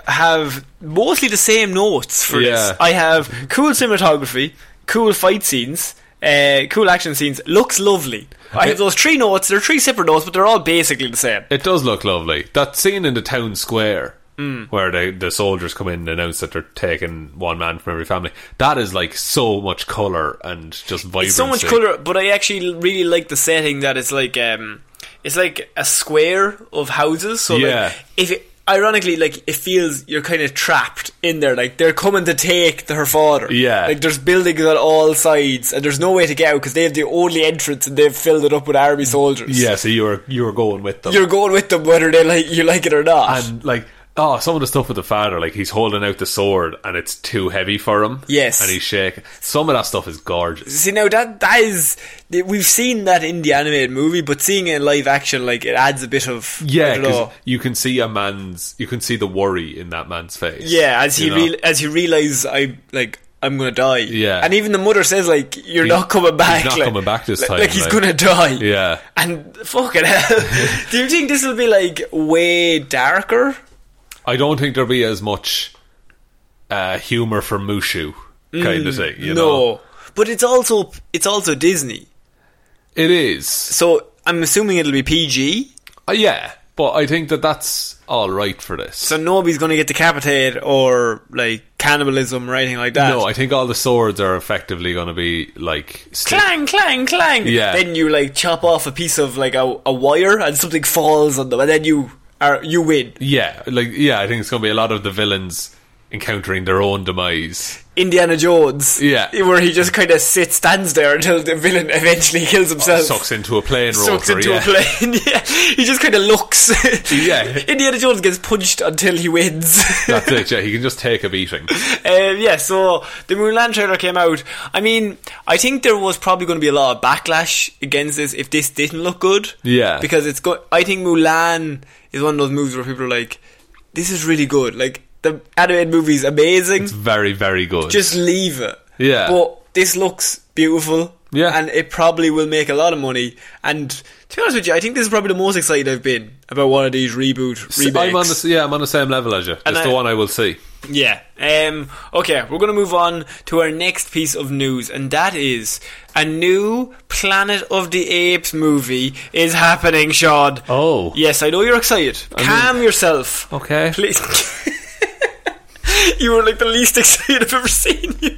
[SPEAKER 1] uh, have mostly the same notes for
[SPEAKER 2] Yeah.
[SPEAKER 1] this. I have cool cinematography, cool fight scenes, uh, cool action scenes. Looks lovely. I have those three notes. They're three separate notes, but they're all basically the same.
[SPEAKER 2] It does look lovely. That scene in the town square
[SPEAKER 1] Hmm.
[SPEAKER 2] where the the soldiers come in and announce that they're taking one man from every family. That is like so much color and just vibrancy.
[SPEAKER 1] It's so much colour, but I actually really like the setting that it's like um, it's like a square of houses. So
[SPEAKER 2] Yeah.
[SPEAKER 1] like if it, ironically, like it feels you're kind of trapped in there. Like they're coming to take the, her father.
[SPEAKER 2] Yeah.
[SPEAKER 1] like there's buildings on all sides, and there's no way to get out because they have the only entrance, and they've filled it up with army soldiers.
[SPEAKER 2] Yeah, so you were you were going with them.
[SPEAKER 1] you're going with them whether they like you like it or not.
[SPEAKER 2] and like oh some of the stuff with the father like he's holding out the sword and it's too heavy for him
[SPEAKER 1] Yes.
[SPEAKER 2] and he's shaking some of that stuff is gorgeous
[SPEAKER 1] See now that that is we've seen that in the animated movie, but seeing it in live action, like it adds a bit of I
[SPEAKER 2] yeah
[SPEAKER 1] don't
[SPEAKER 2] 'cause
[SPEAKER 1] know.
[SPEAKER 2] you can see a man's you can see the worry in that man's face
[SPEAKER 1] Yeah, as he
[SPEAKER 2] you know?
[SPEAKER 1] real as he realizes I like I'm gonna die.
[SPEAKER 2] Yeah.
[SPEAKER 1] and even the mother says like you're
[SPEAKER 2] He-
[SPEAKER 1] not coming back.
[SPEAKER 2] not
[SPEAKER 1] like,
[SPEAKER 2] coming back this
[SPEAKER 1] like-
[SPEAKER 2] time,
[SPEAKER 1] Like he's
[SPEAKER 2] like-
[SPEAKER 1] gonna die.
[SPEAKER 2] yeah
[SPEAKER 1] And fucking hell, do you think this will be like way darker?
[SPEAKER 2] I don't think there'll be as much uh, humor for Mushu kind of thing you
[SPEAKER 1] Mm, no,
[SPEAKER 2] know
[SPEAKER 1] but it's also it's also Disney,
[SPEAKER 2] it is
[SPEAKER 1] so I'm assuming it'll be PG.
[SPEAKER 2] uh, yeah but I think that that's all right for this
[SPEAKER 1] So nobody's gonna get decapitated or like cannibalism or anything like that.
[SPEAKER 2] no I think all the swords are effectively going to be like stick-
[SPEAKER 1] clang, clang, clang.
[SPEAKER 2] Yeah.
[SPEAKER 1] Then you like chop off a piece of like a, a wire and something falls on them, and then you are you win.
[SPEAKER 2] Yeah, like yeah, I think it's going to be a lot of the villains encountering their own demise.
[SPEAKER 1] Indiana Jones.
[SPEAKER 2] Yeah.
[SPEAKER 1] Where he just kind of sits, stands there until the villain eventually kills himself.
[SPEAKER 2] Sucks into a plane
[SPEAKER 1] Sucks
[SPEAKER 2] rotor,
[SPEAKER 1] into
[SPEAKER 2] yeah.
[SPEAKER 1] a plane. yeah. He just kind of looks.
[SPEAKER 2] Yeah.
[SPEAKER 1] Indiana Jones gets punched until he wins.
[SPEAKER 2] That's it, yeah. He can just take a beating.
[SPEAKER 1] um, yeah, so the Mulan trailer came out. I mean, I think there was probably going to be a lot of backlash against this if this didn't look good.
[SPEAKER 2] Yeah.
[SPEAKER 1] because it's good. I think Mulan is one of those movies where people are like, "This is really good." Like the animated movie is amazing.
[SPEAKER 2] Very, very good.
[SPEAKER 1] Just leave it.
[SPEAKER 2] Yeah.
[SPEAKER 1] but this looks beautiful.
[SPEAKER 2] Yeah.
[SPEAKER 1] and it probably will make a lot of money. And to be honest with you, I think this is probably the most excited I've been about one of these reboot
[SPEAKER 2] S-
[SPEAKER 1] remakes.
[SPEAKER 2] I'm on the, yeah, I'm on the same level as you. It's
[SPEAKER 1] And I-
[SPEAKER 2] the one I will see.
[SPEAKER 1] Yeah. Um, okay, we're going to move on to our next piece of news, and that is a new Planet of the Apes movie is happening, Sean.
[SPEAKER 2] Oh.
[SPEAKER 1] Yes, I know you're excited. Calm yourself.
[SPEAKER 2] Okay.
[SPEAKER 1] Please. you were like the least excited I've ever seen you.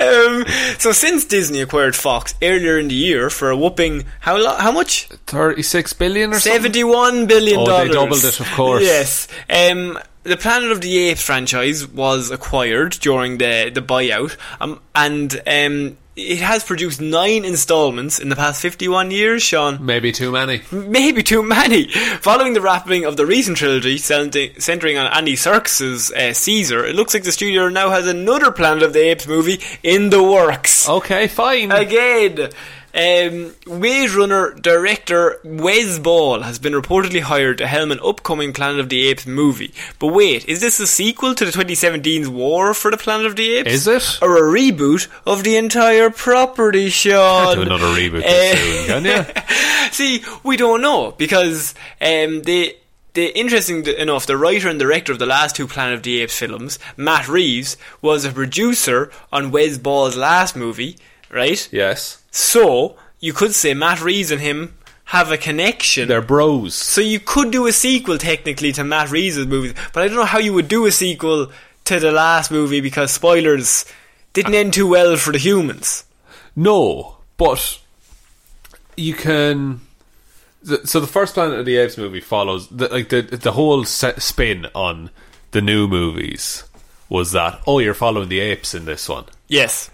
[SPEAKER 1] Um, so since Disney acquired Fox earlier in the year for a whopping how lo- how much
[SPEAKER 2] 36 billion or something?
[SPEAKER 1] Seventy-one billion
[SPEAKER 2] Oh,
[SPEAKER 1] dollars.
[SPEAKER 2] they doubled it, of course.
[SPEAKER 1] Yes. Um, the Planet of the Apes franchise was acquired during the the buyout, um, and um, it has produced nine installments in the past fifty-one years. Sean,
[SPEAKER 2] Maybe too many.
[SPEAKER 1] maybe too many. Following the wrapping of the recent trilogy centri- centering on Andy Serkis's uh, Caesar, it looks like the studio now has another Planet of the Apes movie in the works.
[SPEAKER 2] Okay, fine.
[SPEAKER 1] Again, um, Wave Runner director Wes Ball has been reportedly hired to helm an upcoming Planet of the Apes movie. But wait, is this a sequel to the 2017's War for the Planet of the Apes?
[SPEAKER 2] Is it?
[SPEAKER 1] Or a reboot of the entire property, Sean?
[SPEAKER 2] do another reboot
[SPEAKER 1] Eh,
[SPEAKER 2] this soon, can you?
[SPEAKER 1] See, we don't know because um, the the interesting th- enough, the writer and director of the last two Planet of the Apes films, Matt Reeves, was a producer on Wes Ball's last movie, right?
[SPEAKER 2] Yes.
[SPEAKER 1] So you could say Matt Reeves and him have a connection.
[SPEAKER 2] They're bros.
[SPEAKER 1] so you could do a sequel technically to Matt Reeves' movies, but I don't know how you would do a sequel to the last movie because spoilers didn't end too well for the humans.
[SPEAKER 2] No, but you can. th- So the first Planet of the Apes movie follows the, like the the whole se- spin on the new movies was that oh you're following the apes in this one
[SPEAKER 1] Yes.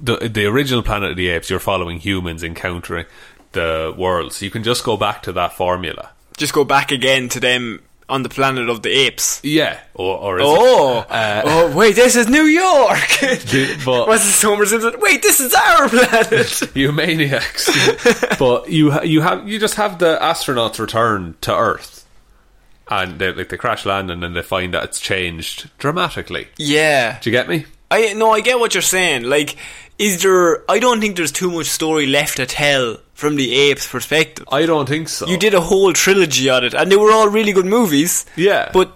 [SPEAKER 2] the the original Planet of the Apes you're following humans encountering the world so you can just go back to that formula
[SPEAKER 1] Just go back again to them on the Planet of the Apes.
[SPEAKER 2] yeah or or is it-
[SPEAKER 1] Oh,
[SPEAKER 2] Uh,
[SPEAKER 1] oh wait, this is New York.
[SPEAKER 2] the- but
[SPEAKER 1] What's this Homer Simpson? Wait, this is our planet.
[SPEAKER 2] you maniacs. but you ha- you have you just have the astronauts return to Earth, and they like they crash land, and then they find that it's changed dramatically.
[SPEAKER 1] yeah,
[SPEAKER 2] Do you get me?
[SPEAKER 1] I no, I get what you're saying. Like, is there? I don't think there's too much story left to tell from the apes' perspective.
[SPEAKER 2] I don't think so.
[SPEAKER 1] You did a whole trilogy on it, and they were all really good movies.
[SPEAKER 2] Yeah.
[SPEAKER 1] but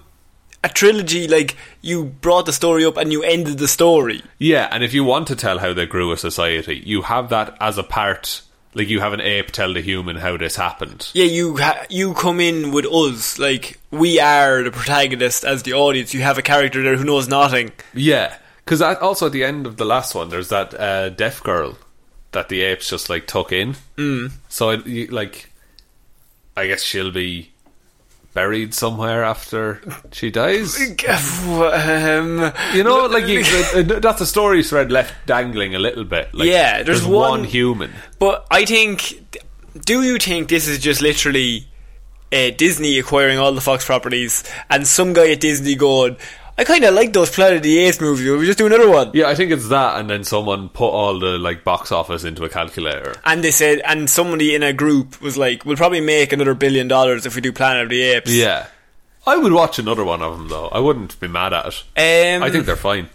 [SPEAKER 1] a trilogy like you brought the story up and you ended the story.
[SPEAKER 2] yeah. And if you want to tell how they grew a society, you have that as a part. Like you have an ape tell the human how this happened.
[SPEAKER 1] Yeah, you ha- you come in with us like we are the protagonist as the audience. You have a character there who knows nothing.
[SPEAKER 2] Yeah, because also at the end of the last one, there's that uh, deaf girl that the apes just like tuck in. Mm. So it, you, like, I guess she'll be buried somewhere after she dies.
[SPEAKER 1] um,
[SPEAKER 2] You know, like you, that's a story thread left dangling a little bit. Like,
[SPEAKER 1] Yeah, there's one-
[SPEAKER 2] one human.
[SPEAKER 1] but I think. Do you think this is just literally uh, Disney acquiring all the Fox properties and some guy at Disney going, "I kind of like those Planet of the Apes movies. We just do another one."
[SPEAKER 2] Yeah, I think it's that, and then someone put all the like box office into a calculator.
[SPEAKER 1] And they said, and somebody in a group was like, "We'll probably make another billion dollars if we do Planet of the Apes."
[SPEAKER 2] Yeah, I would watch another one of them though. I wouldn't be mad at it.
[SPEAKER 1] Um,
[SPEAKER 2] I think they're fine.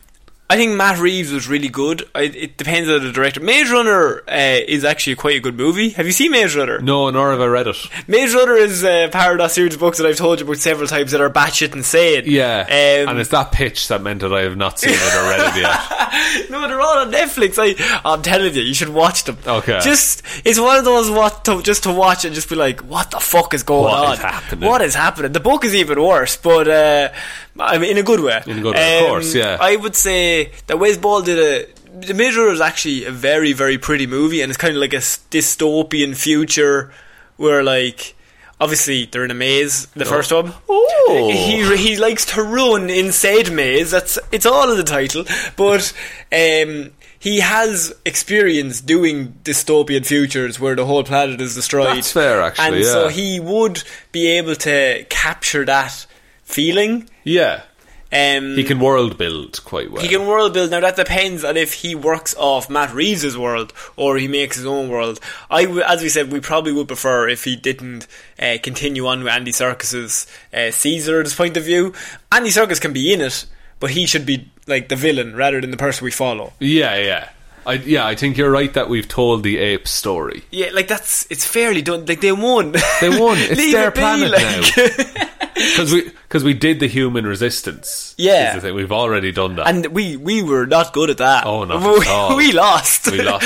[SPEAKER 1] I think Matt Reeves was really good. I, it depends on the director. Maze Runner uh, is actually quite a good movie. Have you seen Maze Runner?
[SPEAKER 2] No, nor have I read it.
[SPEAKER 1] Maze Runner is a Paradise series of books that I've told you about several times that are batshit insane.
[SPEAKER 2] Yeah,
[SPEAKER 1] Um,
[SPEAKER 2] and it's that pitch that meant that I have not seen it or read it yet.
[SPEAKER 1] no, they're all on Netflix. I, I'm telling you, you should watch them.
[SPEAKER 2] Okay.
[SPEAKER 1] Just it's one of those what to, just to watch and just be like, what the fuck is going on?
[SPEAKER 2] What is happening?
[SPEAKER 1] What is happening? The book is even worse, but uh, I mean, in a good way. Um,
[SPEAKER 2] In a good way, of course, yeah.
[SPEAKER 1] I would say that Wes Ball did a. The Mirror is actually a very, very pretty movie, and it's kind of like a s- dystopian future where, like, Obviously, they're in a maze. The first one.
[SPEAKER 2] Oh.
[SPEAKER 1] He he likes to run in said maze. That's it's all in the title, but um. He has experience doing dystopian futures where the whole planet is destroyed.
[SPEAKER 2] That's fair, actually,
[SPEAKER 1] And so
[SPEAKER 2] yeah.
[SPEAKER 1] he would be able to capture that feeling.
[SPEAKER 2] Yeah.
[SPEAKER 1] Um,
[SPEAKER 2] He can world build quite well.
[SPEAKER 1] he can world build. Now that depends on if he works off Matt Reeves' world or he makes his own world. I, w- as we said, we probably would prefer if he didn't uh, continue on with Andy Serkis's uh, Caesar's point of view. Andy Serkis can be in it, but he should be like the villain rather than the person we follow.
[SPEAKER 2] yeah, yeah. I, yeah, I think you're right that we've told the ape story.
[SPEAKER 1] Yeah, like that's it's fairly done. Like they won.
[SPEAKER 2] They won. It's
[SPEAKER 1] Leave
[SPEAKER 2] their
[SPEAKER 1] it be,
[SPEAKER 2] planet
[SPEAKER 1] like.
[SPEAKER 2] now. Because we, cause we did the human resistance.
[SPEAKER 1] Yeah.
[SPEAKER 2] is the thing. We've already done that.
[SPEAKER 1] And we, we were not good at that.
[SPEAKER 2] Oh, not
[SPEAKER 1] we,
[SPEAKER 2] at all.
[SPEAKER 1] we lost.
[SPEAKER 2] we lost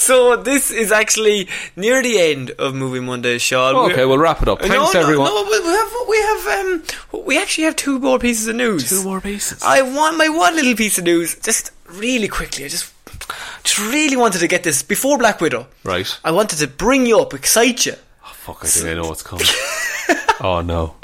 [SPEAKER 1] so this is actually near the end of Movie Monday, Sean. We're-
[SPEAKER 2] okay, we'll wrap it up. Thanks,
[SPEAKER 1] no,
[SPEAKER 2] everyone.
[SPEAKER 1] No, we we have we have um we actually have two more pieces of news.
[SPEAKER 2] Two more pieces.
[SPEAKER 1] I want my one little piece of news just really quickly. I just just really wanted to get this before Black Widow.
[SPEAKER 2] Right.
[SPEAKER 1] I wanted to bring you up, excite you.
[SPEAKER 2] Fuck, I think I know what's coming. oh, no.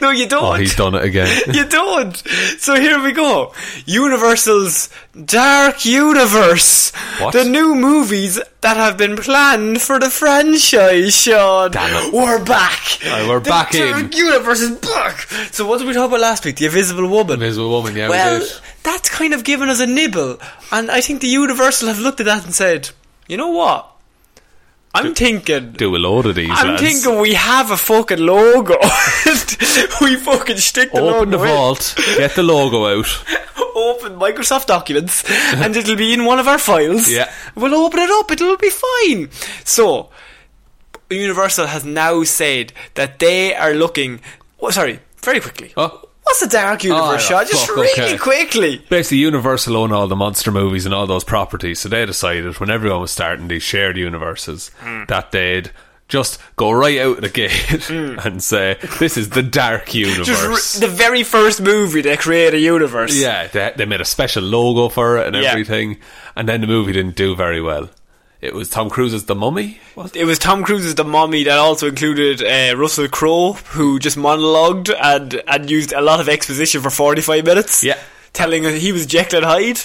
[SPEAKER 1] No, you don't.
[SPEAKER 2] Oh, he's done it again.
[SPEAKER 1] You don't. So here we go. Universal's Dark Universe.
[SPEAKER 2] What?
[SPEAKER 1] The new movies that have been planned for the franchise, Sean.
[SPEAKER 2] Damn it.
[SPEAKER 1] We're back.
[SPEAKER 2] Aye, we're
[SPEAKER 1] the
[SPEAKER 2] back in.
[SPEAKER 1] Dark Universe is back. So what did we talk about last week? The Invisible Woman.
[SPEAKER 2] Invisible Woman, yeah, we
[SPEAKER 1] well,
[SPEAKER 2] did.
[SPEAKER 1] that's kind of given us a nibble. And I think the Universal have looked at that and said, you know what? I'm thinking.
[SPEAKER 2] Do a load of these,
[SPEAKER 1] I'm
[SPEAKER 2] lads.
[SPEAKER 1] thinking we have a fucking logo. we fucking stick the
[SPEAKER 2] Open the
[SPEAKER 1] logo in.
[SPEAKER 2] vault, get the logo out.
[SPEAKER 1] open Microsoft documents and it'll be in one of our files.
[SPEAKER 2] Yeah.
[SPEAKER 1] We'll open it up, it'll be fine. So, Universal has now said that they are looking. Oh, sorry, very quickly.
[SPEAKER 2] Oh.
[SPEAKER 1] What's a dark universe,
[SPEAKER 2] Oh,
[SPEAKER 1] Sean? Just
[SPEAKER 2] fuck,
[SPEAKER 1] really
[SPEAKER 2] okay.
[SPEAKER 1] quickly.
[SPEAKER 2] Basically, Universal own all the monster movies and all those properties, so they decided when everyone was starting these shared universes
[SPEAKER 1] Hmm.
[SPEAKER 2] that they'd just go right out the gate and say, "This is the dark universe."
[SPEAKER 1] Hmm. Just re- the very first movie they create a universe.
[SPEAKER 2] yeah, they, they made a special logo for it and
[SPEAKER 1] Yeah.
[SPEAKER 2] everything, and then the movie didn't do very well. It was Tom Cruise's The Mummy. Was it?
[SPEAKER 1] It was Tom Cruise's The Mummy that also included uh, Russell Crowe, who just monologued and, and used a lot of exposition for 45 minutes.
[SPEAKER 2] Yeah.
[SPEAKER 1] Telling us he was Jekyll and Hyde.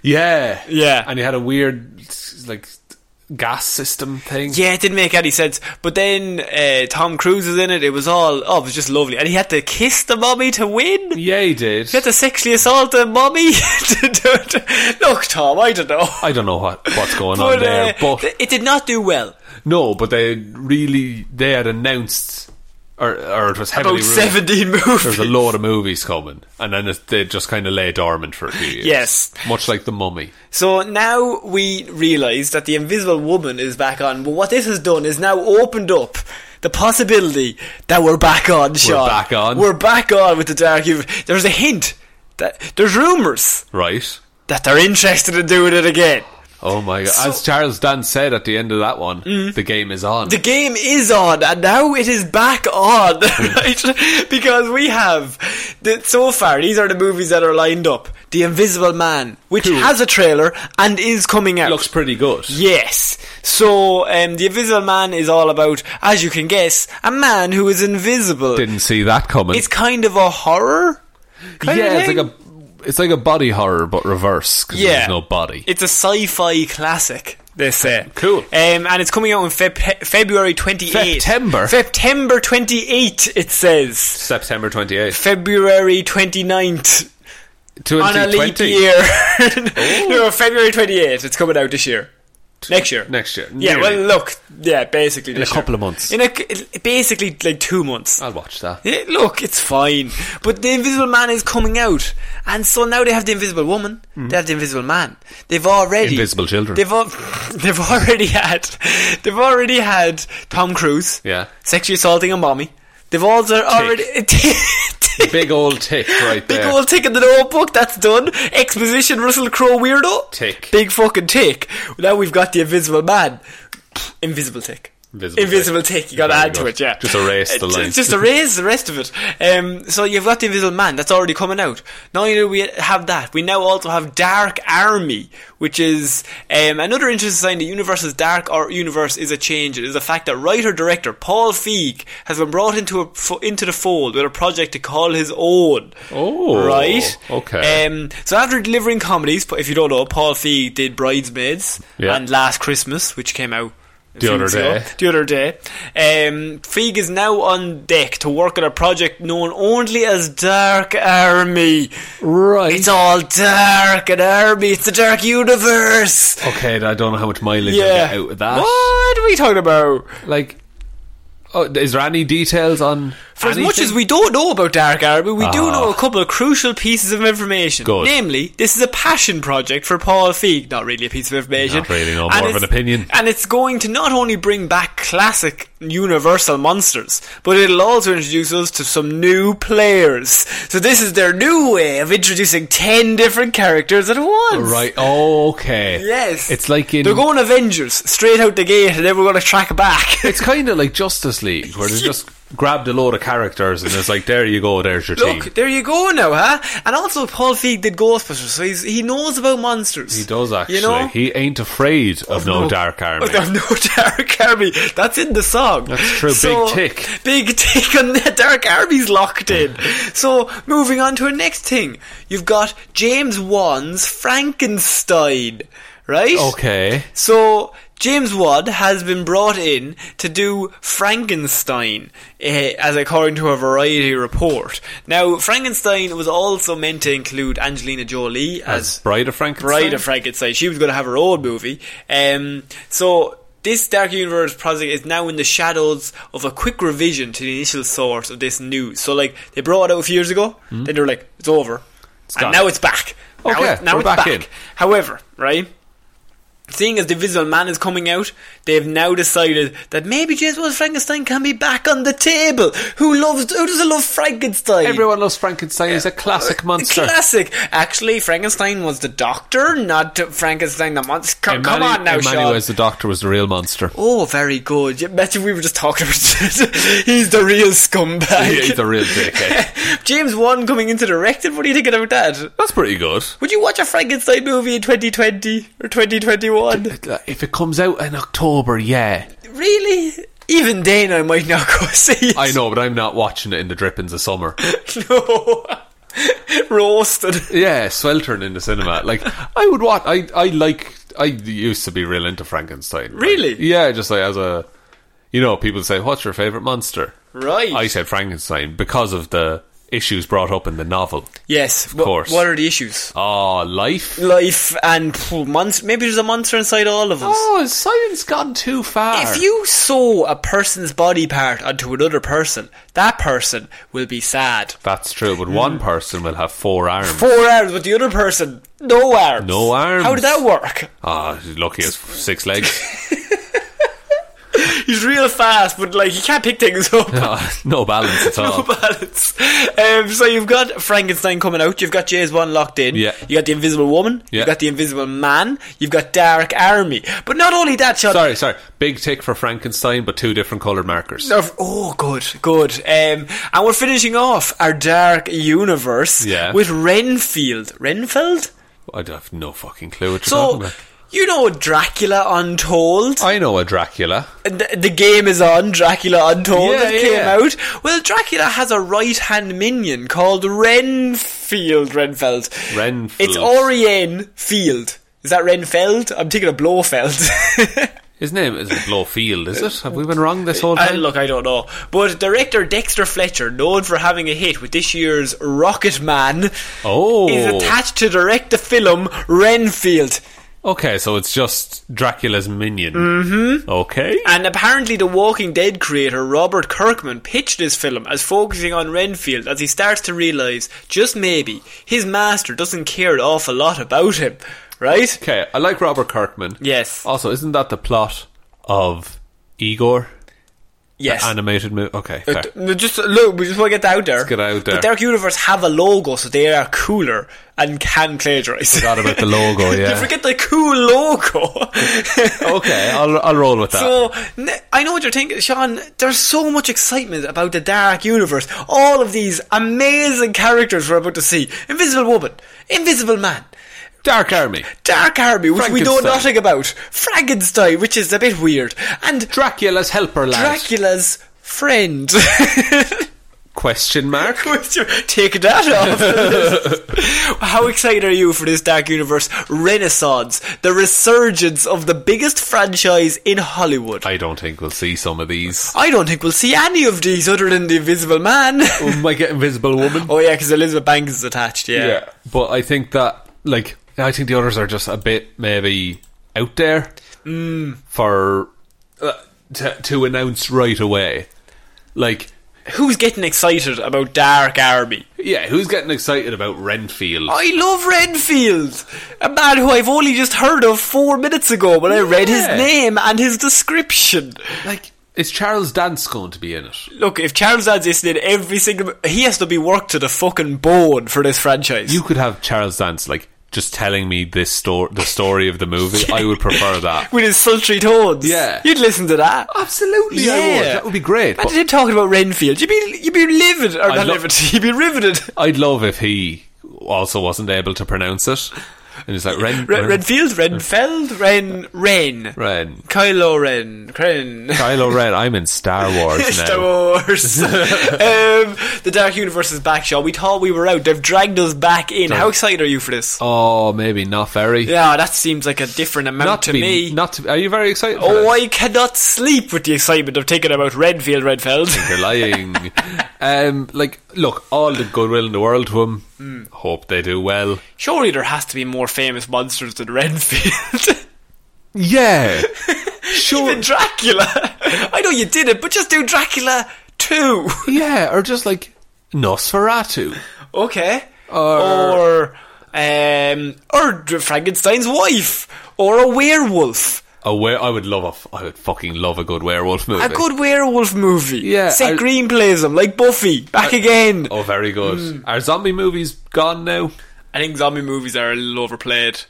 [SPEAKER 2] Yeah,
[SPEAKER 1] Yeah.
[SPEAKER 2] and he had a weird like gas system thing.
[SPEAKER 1] Yeah, it didn't make any sense. But then uh, Tom Cruise was in it. It was all oh, it was just lovely, and he had to kiss the mummy to win. He
[SPEAKER 2] yeah, he did.
[SPEAKER 1] had to sexually assault the mummy. to do it. Look, Tom, I don't know.
[SPEAKER 2] I don't know what what's going
[SPEAKER 1] But,
[SPEAKER 2] on there,
[SPEAKER 1] uh,
[SPEAKER 2] but
[SPEAKER 1] th- it did not do well.
[SPEAKER 2] No, but they really they had announced, or or it was heavily
[SPEAKER 1] About
[SPEAKER 2] rumored,
[SPEAKER 1] Oh, seventeen movies.
[SPEAKER 2] There's a load of movies coming, and then it, they just kind of lay dormant for a few years.
[SPEAKER 1] Yes.
[SPEAKER 2] much like the Mummy.
[SPEAKER 1] So now we realise that the Invisible Woman is back on. But what this has done is now opened up the possibility that we're back on, Sean.
[SPEAKER 2] back on.
[SPEAKER 1] We're back on with the Dark Universe. There's a hint. That, there's rumours
[SPEAKER 2] Right?
[SPEAKER 1] that they're interested in doing it again.
[SPEAKER 2] Oh my god!
[SPEAKER 1] So- Mm.
[SPEAKER 2] As Charles Dan said at the end of that one, the game is on.
[SPEAKER 1] The game is on, and now it is back on, right? Because we have, the, so far, these are the movies that are lined up. The Invisible Man, which has a trailer and is coming out.
[SPEAKER 2] looks pretty good.
[SPEAKER 1] Yes. So, um, The Invisible Man is all about, as you can guess, a man who is invisible.
[SPEAKER 2] Didn't see that coming.
[SPEAKER 1] It's kind of a horror? kind of
[SPEAKER 2] yeah, it's
[SPEAKER 1] thing?
[SPEAKER 2] like a it's like a body horror but reverse because
[SPEAKER 1] Yeah.
[SPEAKER 2] there's no body.
[SPEAKER 1] It's a sci-fi classic. They say
[SPEAKER 2] Cool.
[SPEAKER 1] Um, and it's coming out on Feb- February twenty eighth.
[SPEAKER 2] September?
[SPEAKER 1] September twenty eighth. It says
[SPEAKER 2] September twenty eighth,
[SPEAKER 1] February 29th on a
[SPEAKER 2] twenty
[SPEAKER 1] leap
[SPEAKER 2] twenty Oh.
[SPEAKER 1] year. no, February 28th. It's coming out this year. Next year.
[SPEAKER 2] next year.
[SPEAKER 1] Yeah,
[SPEAKER 2] Nearly.
[SPEAKER 1] well, look. Yeah, basically.
[SPEAKER 2] In
[SPEAKER 1] this
[SPEAKER 2] a
[SPEAKER 1] year.
[SPEAKER 2] couple of months.
[SPEAKER 1] In a, c- basically, like two months.
[SPEAKER 2] I'll watch that.
[SPEAKER 1] Yeah, Eh, look, it's fine. But the Invisible Man is coming out, and so now they have the Invisible Woman. They have the Invisible Man. They've already
[SPEAKER 2] Mm-hmm. Invisible children.
[SPEAKER 1] They've al- they've already had they've already had Tom Cruise.
[SPEAKER 2] Yeah.
[SPEAKER 1] sexually assaulting a mommy. They've also already
[SPEAKER 2] Big old tick right
[SPEAKER 1] big
[SPEAKER 2] there.
[SPEAKER 1] old tick in the notebook. That's done. Exposition. Russell Crowe weirdo.
[SPEAKER 2] Tick.
[SPEAKER 1] Big fucking tick. Now we've got the Invisible Man. Invisible tick.
[SPEAKER 2] Invisible,
[SPEAKER 1] Invisible tick, you gotta
[SPEAKER 2] Very
[SPEAKER 1] add to
[SPEAKER 2] good.
[SPEAKER 1] it, yeah.
[SPEAKER 2] Just erase
[SPEAKER 1] Uh,
[SPEAKER 2] the
[SPEAKER 1] ju-
[SPEAKER 2] line.
[SPEAKER 1] Just erase the rest of it. Um, so you've got the Invisible Man, that's already coming out. Not only do we have that, we now also have Dark Army, which is um, another interesting sign that Universe's Dark or Universe is a change. It is the fact that writer-director Paul Feig has been brought into, a, fo- into the fold with a project to call his own.
[SPEAKER 2] Oh,
[SPEAKER 1] Right?
[SPEAKER 2] okay.
[SPEAKER 1] Um, so after delivering comedies, but if you don't know, Paul Feig did Bridesmaids
[SPEAKER 2] Yeah.
[SPEAKER 1] and Last Christmas, which came out a
[SPEAKER 2] The
[SPEAKER 1] few
[SPEAKER 2] other
[SPEAKER 1] weeks ago.
[SPEAKER 2] day.
[SPEAKER 1] The other day, um, Feig is now on deck to work on a project known only as Dark Army.
[SPEAKER 2] right.
[SPEAKER 1] It's all dark and army. It's the dark universe.
[SPEAKER 2] okay, I don't know how much mileage I
[SPEAKER 1] Yeah.
[SPEAKER 2] get out of that.
[SPEAKER 1] What are we talking about?
[SPEAKER 2] Like, oh, is there any details on?
[SPEAKER 1] For as much
[SPEAKER 2] anything?
[SPEAKER 1] as we don't know about Dark Army, we do
[SPEAKER 2] Ah.
[SPEAKER 1] know a couple of crucial pieces of information.
[SPEAKER 2] Good.
[SPEAKER 1] Namely, this is a passion project for Paul Feig. Not really a piece of information.
[SPEAKER 2] Not really, no,
[SPEAKER 1] And
[SPEAKER 2] more of
[SPEAKER 1] it's-
[SPEAKER 2] an opinion.
[SPEAKER 1] And it's going to not only bring back classic Universal monsters, but it'll also introduce us to some new players. So this is their new way of introducing ten different characters at once.
[SPEAKER 2] Right. Oh, okay.
[SPEAKER 1] Yes.
[SPEAKER 2] It's like in.
[SPEAKER 1] They're going Avengers straight out the gate, and then we're going to track back.
[SPEAKER 2] it's kind of like Justice League, where they just grabbed a load of characters and it's like, there you go, there's your
[SPEAKER 1] Look,
[SPEAKER 2] team.
[SPEAKER 1] there you go now, huh? And also, Paul Feig did Ghostbusters, so he's, he knows about monsters.
[SPEAKER 2] He does actually.
[SPEAKER 1] You know?
[SPEAKER 2] he ain't afraid of, no, dark army.
[SPEAKER 1] Of no dark army. That's in the song.
[SPEAKER 2] That's true. Big
[SPEAKER 1] So,
[SPEAKER 2] tick.
[SPEAKER 1] Big tick on that dark army's locked in. so moving on to our next thing, you've got James Wan's Frankenstein, right?
[SPEAKER 2] Okay.
[SPEAKER 1] So James Wadd has been brought in to do Frankenstein, eh, as according to a Variety report. Now, Frankenstein was also meant to include Angelina Jolie
[SPEAKER 2] As
[SPEAKER 1] as,
[SPEAKER 2] Bride of Frankenstein.
[SPEAKER 1] Bride of Frankenstein. She was going to have her own movie. Um, so. This Dark Universe project is now in the shadows of a quick revision to the initial source of this news. So, like, they brought it out a few years ago, then they were like, it's over.
[SPEAKER 2] gone.
[SPEAKER 1] and now it's back. Now
[SPEAKER 2] Hmm. Okay,
[SPEAKER 1] it- now
[SPEAKER 2] we're
[SPEAKER 1] it's
[SPEAKER 2] back
[SPEAKER 1] back.
[SPEAKER 2] in.
[SPEAKER 1] However, right? Seeing as the Invisible Man is coming out, they have now decided that maybe James Woods Frankenstein can be back on the table. Who loves? Who doesn't love Frankenstein?
[SPEAKER 2] Everyone loves Frankenstein. He's a classic monster.
[SPEAKER 1] Classic. Actually, Frankenstein was the doctor, not Frankenstein the monster. Come, come
[SPEAKER 2] Emmanuel-
[SPEAKER 1] on now,
[SPEAKER 2] Emmanuel
[SPEAKER 1] Sean.
[SPEAKER 2] as the doctor was the real monster.
[SPEAKER 1] oh, very good. Yeah, Imagine we were just talking about. he's the real scumbag.
[SPEAKER 2] He- he's a real dickhead.
[SPEAKER 1] James Wan coming into directing. What are you thinking about that?
[SPEAKER 2] That's pretty good.
[SPEAKER 1] Would you watch a Frankenstein movie in 2020 or 2021?
[SPEAKER 2] If it comes out in October, yeah.
[SPEAKER 1] Really? Even then, I might not go see it.
[SPEAKER 2] I know, but I'm not watching it in the drippings of summer.
[SPEAKER 1] no. Roasted.
[SPEAKER 2] Yeah, sweltering in the cinema. Like I would watch. I I like. I used to be real into Frankenstein.
[SPEAKER 1] Really?
[SPEAKER 2] Yeah, just like as a, you know, people say, "What's your favorite monster?"
[SPEAKER 1] Right.
[SPEAKER 2] I said Frankenstein because of the issues brought up in the novel.
[SPEAKER 1] yes, of
[SPEAKER 2] course.
[SPEAKER 1] What are the issues?
[SPEAKER 2] Oh, life.
[SPEAKER 1] Life and phew, monst- maybe there's a monster inside all of us.
[SPEAKER 2] Oh, science gone too far.
[SPEAKER 1] If you sew a person's body part onto another person, that person will be sad.
[SPEAKER 2] That's true, but one person will have four arms.
[SPEAKER 1] Four arms, but the other person, no arms.
[SPEAKER 2] No arms.
[SPEAKER 1] How did that work?
[SPEAKER 2] Ah, he's lucky as six legs.
[SPEAKER 1] He's real fast, but like he can't pick things up.
[SPEAKER 2] Ah, no balance at all.
[SPEAKER 1] no balance. Um, so you've got Frankenstein coming out. You've got James One locked in.
[SPEAKER 2] Yeah.
[SPEAKER 1] You got the Invisible Woman.
[SPEAKER 2] Yeah.
[SPEAKER 1] You've got the Invisible Man. You've got Dark Army. But not only that, Sean.
[SPEAKER 2] sorry, sorry. Big tick for Frankenstein, but two different coloured markers.
[SPEAKER 1] Of- Oh, good, good. Um, and we're finishing off our Dark Universe
[SPEAKER 2] Yeah.
[SPEAKER 1] with Renfield. Renfield.
[SPEAKER 2] I have no fucking clue what you're talking
[SPEAKER 1] So
[SPEAKER 2] about.
[SPEAKER 1] you know Dracula Untold.
[SPEAKER 2] I know a Dracula.
[SPEAKER 1] the, the game is on Dracula Untold
[SPEAKER 2] Yeah,
[SPEAKER 1] that came
[SPEAKER 2] yeah.
[SPEAKER 1] out. Well, Dracula has a right hand minion called Renfield Renfeld.
[SPEAKER 2] Renfield.
[SPEAKER 1] It's Orien Field. Is that Renfeld? I'm thinking of Blofeld.
[SPEAKER 2] His name is Blowfield, is it? Have we been wrong this whole
[SPEAKER 1] I,
[SPEAKER 2] time?
[SPEAKER 1] look, I don't know. But director Dexter Fletcher, known for having a hit with this year's Rocket Man,
[SPEAKER 2] Oh.
[SPEAKER 1] is attached to direct the film Renfield.
[SPEAKER 2] Okay, so it's just Dracula's minion. Mm-hmm. Okay.
[SPEAKER 1] And apparently, the Walking Dead creator Robert Kirkman pitched this film as focusing on Renfield as he starts to realise just maybe his master doesn't care an awful lot about him, right?
[SPEAKER 2] Okay, I like Robert Kirkman.
[SPEAKER 1] Yes.
[SPEAKER 2] Also, isn't that the plot of Igor?
[SPEAKER 1] Yes. Uh,
[SPEAKER 2] Animated movie. Okay, fair.
[SPEAKER 1] No, just look, we just want to get that out there.
[SPEAKER 2] get it out there.
[SPEAKER 1] But Dark Universe have a logo, so they are cooler and can plagiarize.
[SPEAKER 2] Forgot about the logo, yeah.
[SPEAKER 1] you forget the cool logo.
[SPEAKER 2] okay, I'll, I'll roll with that.
[SPEAKER 1] So n- I know what you're thinking, Sean. There's so much excitement about the Dark Universe. All of these amazing characters we're about to see: Invisible Woman, Invisible Man,
[SPEAKER 2] Dark Army,
[SPEAKER 1] Dark Army, which we know
[SPEAKER 2] Frankenstein.
[SPEAKER 1] nothing about, Frankenstein, which is a bit weird, and
[SPEAKER 2] Dracula's helper lad?
[SPEAKER 1] Dracula's friend.
[SPEAKER 2] Question mark?
[SPEAKER 1] With your- Take that off. the list. How excited are you for this Dark Universe renaissance, the resurgence of the biggest franchise in Hollywood?
[SPEAKER 2] I don't think we'll see some of these.
[SPEAKER 1] I don't think we'll see any of these other than the Invisible Man.
[SPEAKER 2] Might get Oh, Invisible Woman.
[SPEAKER 1] oh yeah, because Elizabeth Banks is attached. Yeah.
[SPEAKER 2] But I think that, like, I think the others are just a bit maybe out there Mm. for uh, to, to announce right away. Like,
[SPEAKER 1] Who's getting excited about Dark Army?
[SPEAKER 2] yeah, who's getting excited about Renfield?
[SPEAKER 1] I love Renfield, a man who I've only just heard of four minutes ago when I read his
[SPEAKER 2] Yeah.
[SPEAKER 1] name and his description.
[SPEAKER 2] like, is Charles Dance going to be in it?
[SPEAKER 1] Look, if Charles Dance isn't in every single, he has to be worked to the fucking bone for this franchise.
[SPEAKER 2] You could have Charles Dance, like, just telling me this sto- the story of the movie. I would prefer that.
[SPEAKER 1] with his sultry tones.
[SPEAKER 2] Yeah.
[SPEAKER 1] you'd listen to that.
[SPEAKER 2] Absolutely, I would. That would be great,
[SPEAKER 1] Imagine
[SPEAKER 2] but-
[SPEAKER 1] him talking about Renfield. You'd be, you'd be livid, or
[SPEAKER 2] I
[SPEAKER 1] not
[SPEAKER 2] lo-
[SPEAKER 1] livid. You'd be riveted.
[SPEAKER 2] I'd love if he also wasn't able to pronounce it. And he's like, Ren.
[SPEAKER 1] Ren, Renfield, Renfeld, Ren, Ren,
[SPEAKER 2] Ren.
[SPEAKER 1] Kylo Ren, Ren.
[SPEAKER 2] Kylo Ren, I'm in Star Wars now.
[SPEAKER 1] Star Wars. um, the Dark Universe is back, Sean. We thought we were out. They've dragged us back in. How excited are you for this?
[SPEAKER 2] Oh, maybe not very.
[SPEAKER 1] Yeah, that seems like a different amount
[SPEAKER 2] not
[SPEAKER 1] to
[SPEAKER 2] be-
[SPEAKER 1] me.
[SPEAKER 2] Not to, are you very excited? for
[SPEAKER 1] oh,
[SPEAKER 2] this?
[SPEAKER 1] I cannot sleep with the excitement of thinking about Renfield, Renfeld.
[SPEAKER 2] You're lying. um, like, look, all the goodwill in the world to him.
[SPEAKER 1] Mm.
[SPEAKER 2] Hope they do well.
[SPEAKER 1] Surely there has to be more famous monsters than Renfield.
[SPEAKER 2] Yeah, sure.
[SPEAKER 1] Even Dracula. I know you did it, but just do Dracula 2.
[SPEAKER 2] yeah, or just like Nosferatu.
[SPEAKER 1] Okay.
[SPEAKER 2] Or-
[SPEAKER 1] or um or Dr- Frankenstein's wife or a werewolf.
[SPEAKER 2] A were- I would love a. F- I would fucking love a good werewolf movie.
[SPEAKER 1] A good werewolf movie.
[SPEAKER 2] Yeah,
[SPEAKER 1] Seth
[SPEAKER 2] I-
[SPEAKER 1] Green plays him like Buffy. Back again.
[SPEAKER 2] Oh, very good.
[SPEAKER 1] Mm.
[SPEAKER 2] Are zombie movies gone now?
[SPEAKER 1] I think zombie movies are a little overplayed.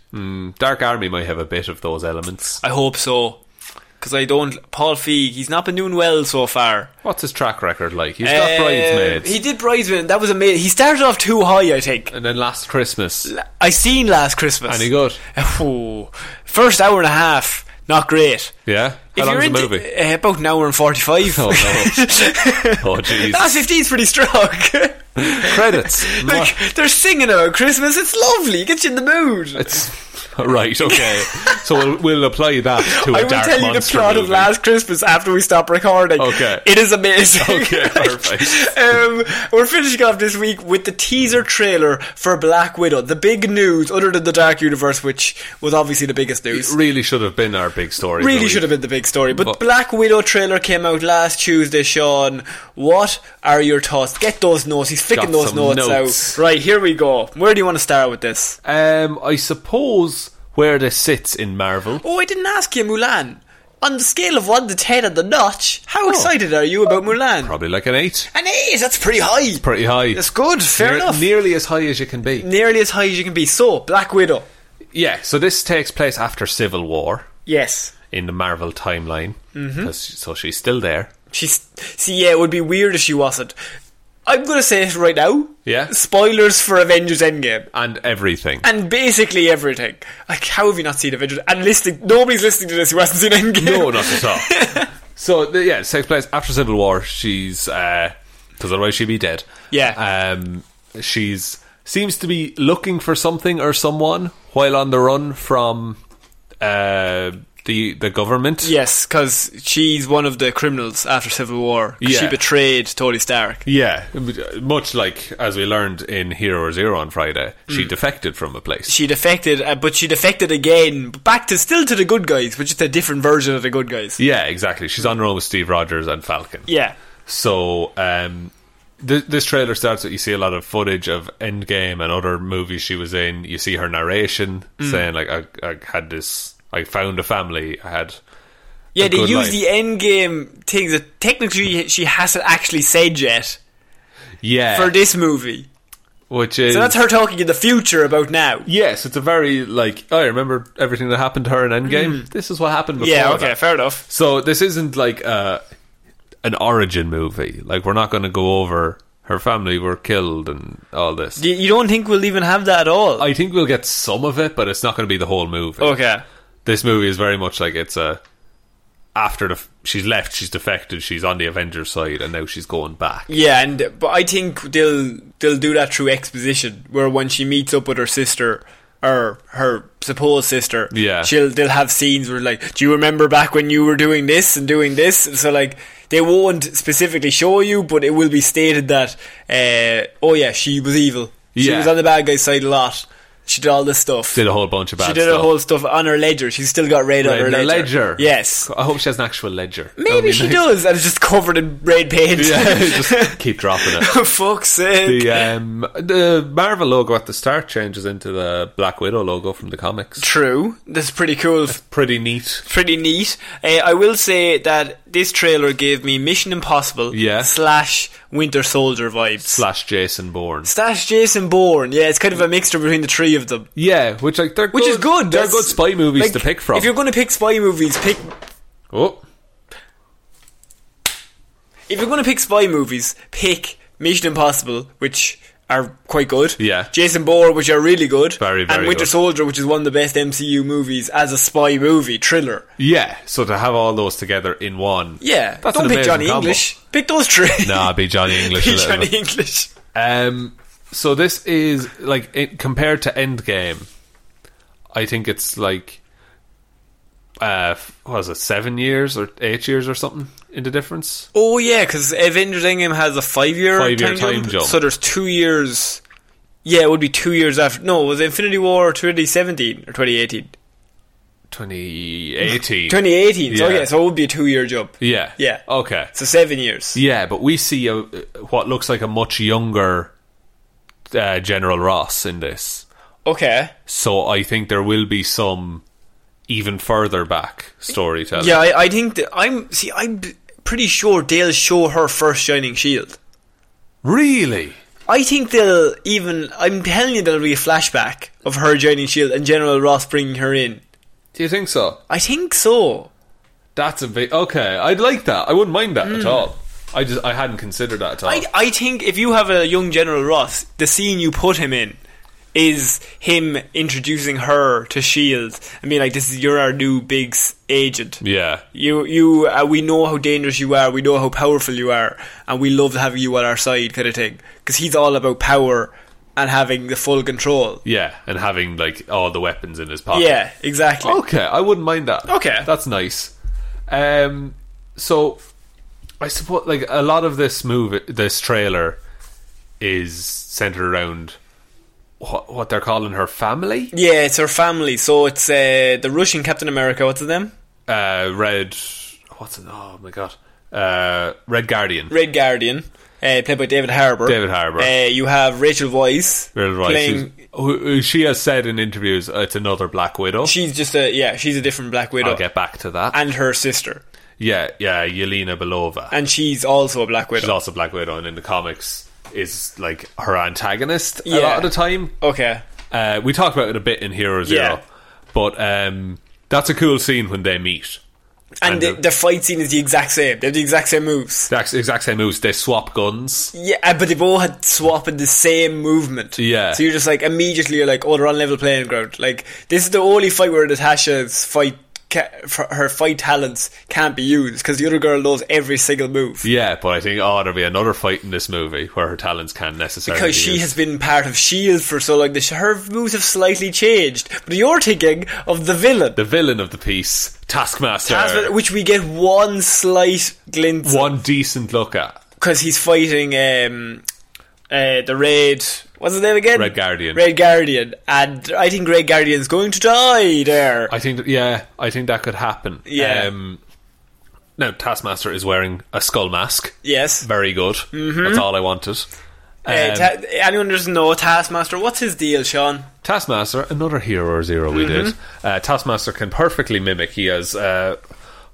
[SPEAKER 2] Dark Army might have a bit of those elements.
[SPEAKER 1] I hope so. Because I don't. Paul Feig, he's not been doing well so far.
[SPEAKER 2] What's his track record like? He's got
[SPEAKER 1] Um,
[SPEAKER 2] Bridesmaids,
[SPEAKER 1] He did Bridesmaids. That was amazing. He started off too high, I think.
[SPEAKER 2] and then Last Christmas,
[SPEAKER 1] I seen last Christmas.
[SPEAKER 2] and he good?
[SPEAKER 1] Ooh. First hour and a half, not great.
[SPEAKER 2] Yeah, how
[SPEAKER 1] If
[SPEAKER 2] long's
[SPEAKER 1] you're
[SPEAKER 2] the
[SPEAKER 1] into,
[SPEAKER 2] movie?
[SPEAKER 1] Uh, about an hour and 45.
[SPEAKER 2] Oh, no. Oh, jeez.
[SPEAKER 1] Hour 15 is pretty strong.
[SPEAKER 2] Credits.
[SPEAKER 1] like, they're singing about Christmas. It's lovely. It gets you in the mood.
[SPEAKER 2] It's right. Okay. so we'll, we'll apply that to a
[SPEAKER 1] I will
[SPEAKER 2] dark
[SPEAKER 1] tell you the
[SPEAKER 2] monster
[SPEAKER 1] plot of
[SPEAKER 2] movie.
[SPEAKER 1] Last Christmas after we stop recording.
[SPEAKER 2] Okay.
[SPEAKER 1] It is amazing.
[SPEAKER 2] Okay, perfect.
[SPEAKER 1] um, we're finishing off this week with the teaser trailer for Black Widow. The big news, other than the Dark Universe, which was obviously the biggest news.
[SPEAKER 2] Really should have been our big story.
[SPEAKER 1] Really should have been the big story. But,
[SPEAKER 2] But-
[SPEAKER 1] Black Widow trailer came out last Tuesday, Sean. What are your thoughts? Get those notes. He's flicking
[SPEAKER 2] Got
[SPEAKER 1] those
[SPEAKER 2] some
[SPEAKER 1] notes,
[SPEAKER 2] notes.
[SPEAKER 1] out. Right, here we go. Where do you want to start with this?
[SPEAKER 2] been. Um, I suppose where this sits in Marvel.
[SPEAKER 1] Oh, I didn't ask you, Mulan. On the scale of 1 to 10 on the notch, how excited are you about Mulan?
[SPEAKER 2] Probably like an eight.
[SPEAKER 1] Oh. An 8, that's pretty high.
[SPEAKER 2] Pretty high.
[SPEAKER 1] That's good, fair
[SPEAKER 2] Near-
[SPEAKER 1] enough.
[SPEAKER 2] Nearly as high as you can be.
[SPEAKER 1] Nearly as high as you can be. So, Black Widow.
[SPEAKER 2] Yeah. So this takes place after Civil War
[SPEAKER 1] Yes.
[SPEAKER 2] in the Marvel timeline. Mm-hmm. So she's still there.
[SPEAKER 1] She's see, yeah, it would be weird if she wasn't. I'm gonna say it right now.
[SPEAKER 2] Yeah.
[SPEAKER 1] Spoilers for Avengers Endgame
[SPEAKER 2] And everything.
[SPEAKER 1] and basically everything. Like, how have you not seen Avengers? And listening, nobody's listening to this who hasn't seen Endgame.
[SPEAKER 2] No, not at all. so th- yeah, it takes place after Civil War. She's because otherwise she'd be dead.
[SPEAKER 1] Yeah.
[SPEAKER 2] Um, she's seems to be looking for something or someone while on the run from uh, the the government.
[SPEAKER 1] Yes, because she's one of the criminals after Civil War. 'cause She
[SPEAKER 2] Yeah.
[SPEAKER 1] betrayed Tony Stark.
[SPEAKER 2] Yeah, much like as we learned in Hero or Zero on Friday, she defected from a place.
[SPEAKER 1] Mm. She defected, uh, but she defected again. Back to still to the good guys, but just a different version of the good guys.
[SPEAKER 2] yeah, exactly. She's on her own with Steve Rogers and Falcon.
[SPEAKER 1] Yeah.
[SPEAKER 2] So um, th- this trailer starts with you see a lot of footage of Endgame and other movies she was in. You see her
[SPEAKER 1] Mm.
[SPEAKER 2] narration saying like, I, "I had this, I found a family, I had,
[SPEAKER 1] Yeah,
[SPEAKER 2] a
[SPEAKER 1] they
[SPEAKER 2] good
[SPEAKER 1] use
[SPEAKER 2] line.
[SPEAKER 1] the end game things that technically she hasn't actually said yet
[SPEAKER 2] yeah,
[SPEAKER 1] for this movie.
[SPEAKER 2] which is
[SPEAKER 1] So that's her talking in the future about now.
[SPEAKER 2] Yes, it's a very like oh, I remember everything that happened to her in Endgame. This is what happened before.
[SPEAKER 1] Mm. Yeah, okay,
[SPEAKER 2] that.
[SPEAKER 1] fair enough.
[SPEAKER 2] So this isn't like uh, an origin movie. Like we're not going to go over her family were killed and all this.
[SPEAKER 1] You, you don't think we'll even have that at all?
[SPEAKER 2] I think we'll get some of it, but it's not going to be the whole movie.
[SPEAKER 1] okay.
[SPEAKER 2] This movie is very much like it's a after the f- she's left, she's defected, she's on the Avengers side, and now she's going back.
[SPEAKER 1] Yeah, and but I think they'll they'll do that through exposition, where when she meets up with her sister or her supposed sister,
[SPEAKER 2] Yeah.
[SPEAKER 1] she'll they'll have scenes where like, do you remember back when you were doing this and doing this? And so like they won't specifically show you, but it will be stated that, uh, oh yeah, she was evil. She
[SPEAKER 2] Yeah.
[SPEAKER 1] was on the bad guy's side a lot. She did all this stuff.
[SPEAKER 2] Did a whole bunch of bad
[SPEAKER 1] she did
[SPEAKER 2] stuff.
[SPEAKER 1] a whole stuff on her ledger. She's still got red,
[SPEAKER 2] Right,
[SPEAKER 1] on her
[SPEAKER 2] the
[SPEAKER 1] ledger.
[SPEAKER 2] ledger.
[SPEAKER 1] Yes.
[SPEAKER 2] I hope she has an actual ledger. That would
[SPEAKER 1] Maybe
[SPEAKER 2] be
[SPEAKER 1] she
[SPEAKER 2] nice.
[SPEAKER 1] does, and it's just covered in red paint.
[SPEAKER 2] Yeah, just keep dropping it.
[SPEAKER 1] Fuck's sake.
[SPEAKER 2] the um, the Marvel logo at the start changes into the Black Widow logo from the comics.
[SPEAKER 1] True. That's pretty cool.
[SPEAKER 2] Pretty neat.
[SPEAKER 1] Pretty neat. Uh, I will say that this trailer gave me Mission Impossible
[SPEAKER 2] Yeah.
[SPEAKER 1] slash Winter Soldier vibes.
[SPEAKER 2] Slash Jason Bourne.
[SPEAKER 1] slash Jason Bourne. Yeah, it's kind of a mixture between the three of them.
[SPEAKER 2] Yeah, which like they're
[SPEAKER 1] Which is good.
[SPEAKER 2] They're
[SPEAKER 1] That's-
[SPEAKER 2] good spy movies
[SPEAKER 1] like,
[SPEAKER 2] to pick from.
[SPEAKER 1] If you're going to pick spy movies, pick
[SPEAKER 2] oh,
[SPEAKER 1] if you're going to pick spy movies, pick Mission Impossible, which are quite good.
[SPEAKER 2] Yeah.
[SPEAKER 1] Jason Bourne, which are really good.
[SPEAKER 2] Very, very
[SPEAKER 1] And Winter
[SPEAKER 2] good.
[SPEAKER 1] Soldier, which is one of the best MCU movies as a spy movie thriller.
[SPEAKER 2] yeah. So to have all those together in one,
[SPEAKER 1] Yeah.
[SPEAKER 2] That's
[SPEAKER 1] Don't
[SPEAKER 2] an
[SPEAKER 1] pick
[SPEAKER 2] amazing
[SPEAKER 1] Johnny
[SPEAKER 2] combo.
[SPEAKER 1] English. Pick those three.
[SPEAKER 2] Nah, be Johnny English. a
[SPEAKER 1] Pick
[SPEAKER 2] little
[SPEAKER 1] Johnny
[SPEAKER 2] bit.
[SPEAKER 1] English.
[SPEAKER 2] Um, so this is like it, compared to Endgame, I think it's like uh, f- what was it seven years or eight years or something in the difference?
[SPEAKER 1] Oh yeah, because Avengers Endgame has a five-year
[SPEAKER 2] Five-year
[SPEAKER 1] time,
[SPEAKER 2] time
[SPEAKER 1] jump,
[SPEAKER 2] jump.
[SPEAKER 1] So there's two years. Yeah, it would be two years after. No, it was Infinity War 2017 or 2018?
[SPEAKER 2] Twenty eighteen.
[SPEAKER 1] 2018. So
[SPEAKER 2] Yeah.
[SPEAKER 1] yeah, so it would be a two-year jump.
[SPEAKER 2] Yeah.
[SPEAKER 1] Yeah.
[SPEAKER 2] Okay.
[SPEAKER 1] So seven years.
[SPEAKER 2] Yeah, but we see a, what looks like a much younger uh, General Ross in this.
[SPEAKER 1] Okay.
[SPEAKER 2] So I think there will be some even further back storytelling.
[SPEAKER 1] Yeah, I, I think that I'm. See, I'm b- pretty sure they'll show her first Shining Shield.
[SPEAKER 2] Really?
[SPEAKER 1] I think they'll even. I'm telling you, there'll be a flashback of her Shining Shield and General Ross bringing her in.
[SPEAKER 2] Do you think so?
[SPEAKER 1] I think so.
[SPEAKER 2] That's a big. Okay, I'd like that. I wouldn't mind that at all. I just I hadn't considered that at all.
[SPEAKER 1] Hmm. I, I think if you have a young General Ross, the scene you put him in is him introducing her to Shield. I mean, like this is you're our new big s- agent.
[SPEAKER 2] yeah.
[SPEAKER 1] You you uh, we know how dangerous you are. We know how powerful you are, and we love having you on our side, kind of thing. Because he's all about power and having the full control.
[SPEAKER 2] Yeah, and having like all the weapons in his pocket.
[SPEAKER 1] Yeah, exactly.
[SPEAKER 2] Okay, I wouldn't mind that.
[SPEAKER 1] Okay.
[SPEAKER 2] that's nice. Um, so I suppose like a lot of this movie, this trailer is centered around what, what they're calling her family,
[SPEAKER 1] Yeah, it's her family. So it's uh, the Russian Captain America. What's his name?
[SPEAKER 2] uh, Red. What's it? Oh my god, uh, Red Guardian.
[SPEAKER 1] Red Guardian, uh, played by David Harbour.
[SPEAKER 2] David Harbour.
[SPEAKER 1] Uh, you have Rachel Weisz
[SPEAKER 2] Red Roy,
[SPEAKER 1] playing.
[SPEAKER 2] she's- who- who she has said in interviews, uh, it's another Black Widow.
[SPEAKER 1] She's just a yeah. She's a different Black Widow.
[SPEAKER 2] I'll get back to that.
[SPEAKER 1] And her sister,
[SPEAKER 2] yeah, yeah, Yelena Belova.
[SPEAKER 1] and she's also a Black Widow.
[SPEAKER 2] She's also Black Widow, and in the comics is like her antagonist a
[SPEAKER 1] Yeah.
[SPEAKER 2] lot of the time.
[SPEAKER 1] okay.
[SPEAKER 2] Uh, we talked about it a bit in Hero Zero,
[SPEAKER 1] Yeah.
[SPEAKER 2] but um, that's a cool scene when they meet.
[SPEAKER 1] And,
[SPEAKER 2] And
[SPEAKER 1] the,
[SPEAKER 2] the-
[SPEAKER 1] the fight scene is the exact same. They have the exact same moves.
[SPEAKER 2] The ex- exact same moves. They swap guns.
[SPEAKER 1] Yeah, uh, but they've all had swap in the same movement.
[SPEAKER 2] Yeah.
[SPEAKER 1] So you're just like, immediately you're like, oh, they're on level playing ground. Like, this is the only fight where Natasha's fight, ca- f- her fight talents can't be used because the other girl knows every single move.
[SPEAKER 2] Yeah, but I think oh, there'll be another fight in this movie where her talents can necessarily
[SPEAKER 1] Because she
[SPEAKER 2] used.
[SPEAKER 1] has been part of S.H.I.E.L.D. E for so long, that sh- her moves have slightly changed. But you're thinking of the villain.
[SPEAKER 2] the villain of the piece, Taskmaster,
[SPEAKER 1] Tasman, which we get one slight glimpse
[SPEAKER 2] one decent look at.
[SPEAKER 1] because he's fighting um, uh, the Red. What's his name again?
[SPEAKER 2] Red Guardian.
[SPEAKER 1] Red Guardian, and I think Red Guardian's going to die there.
[SPEAKER 2] I think that, yeah, I think that could happen.
[SPEAKER 1] Yeah.
[SPEAKER 2] Um, now Taskmaster is wearing a skull mask.
[SPEAKER 1] yes.
[SPEAKER 2] Very good.
[SPEAKER 1] Mm-hmm.
[SPEAKER 2] That's all I wanted.
[SPEAKER 1] Uh,
[SPEAKER 2] Um,
[SPEAKER 1] ta- anyone who doesn't know Taskmaster, what's his deal, Sean? Mm-hmm.
[SPEAKER 2] Taskmaster, another hero zero we did. Uh, Taskmaster can perfectly mimic. He has uh,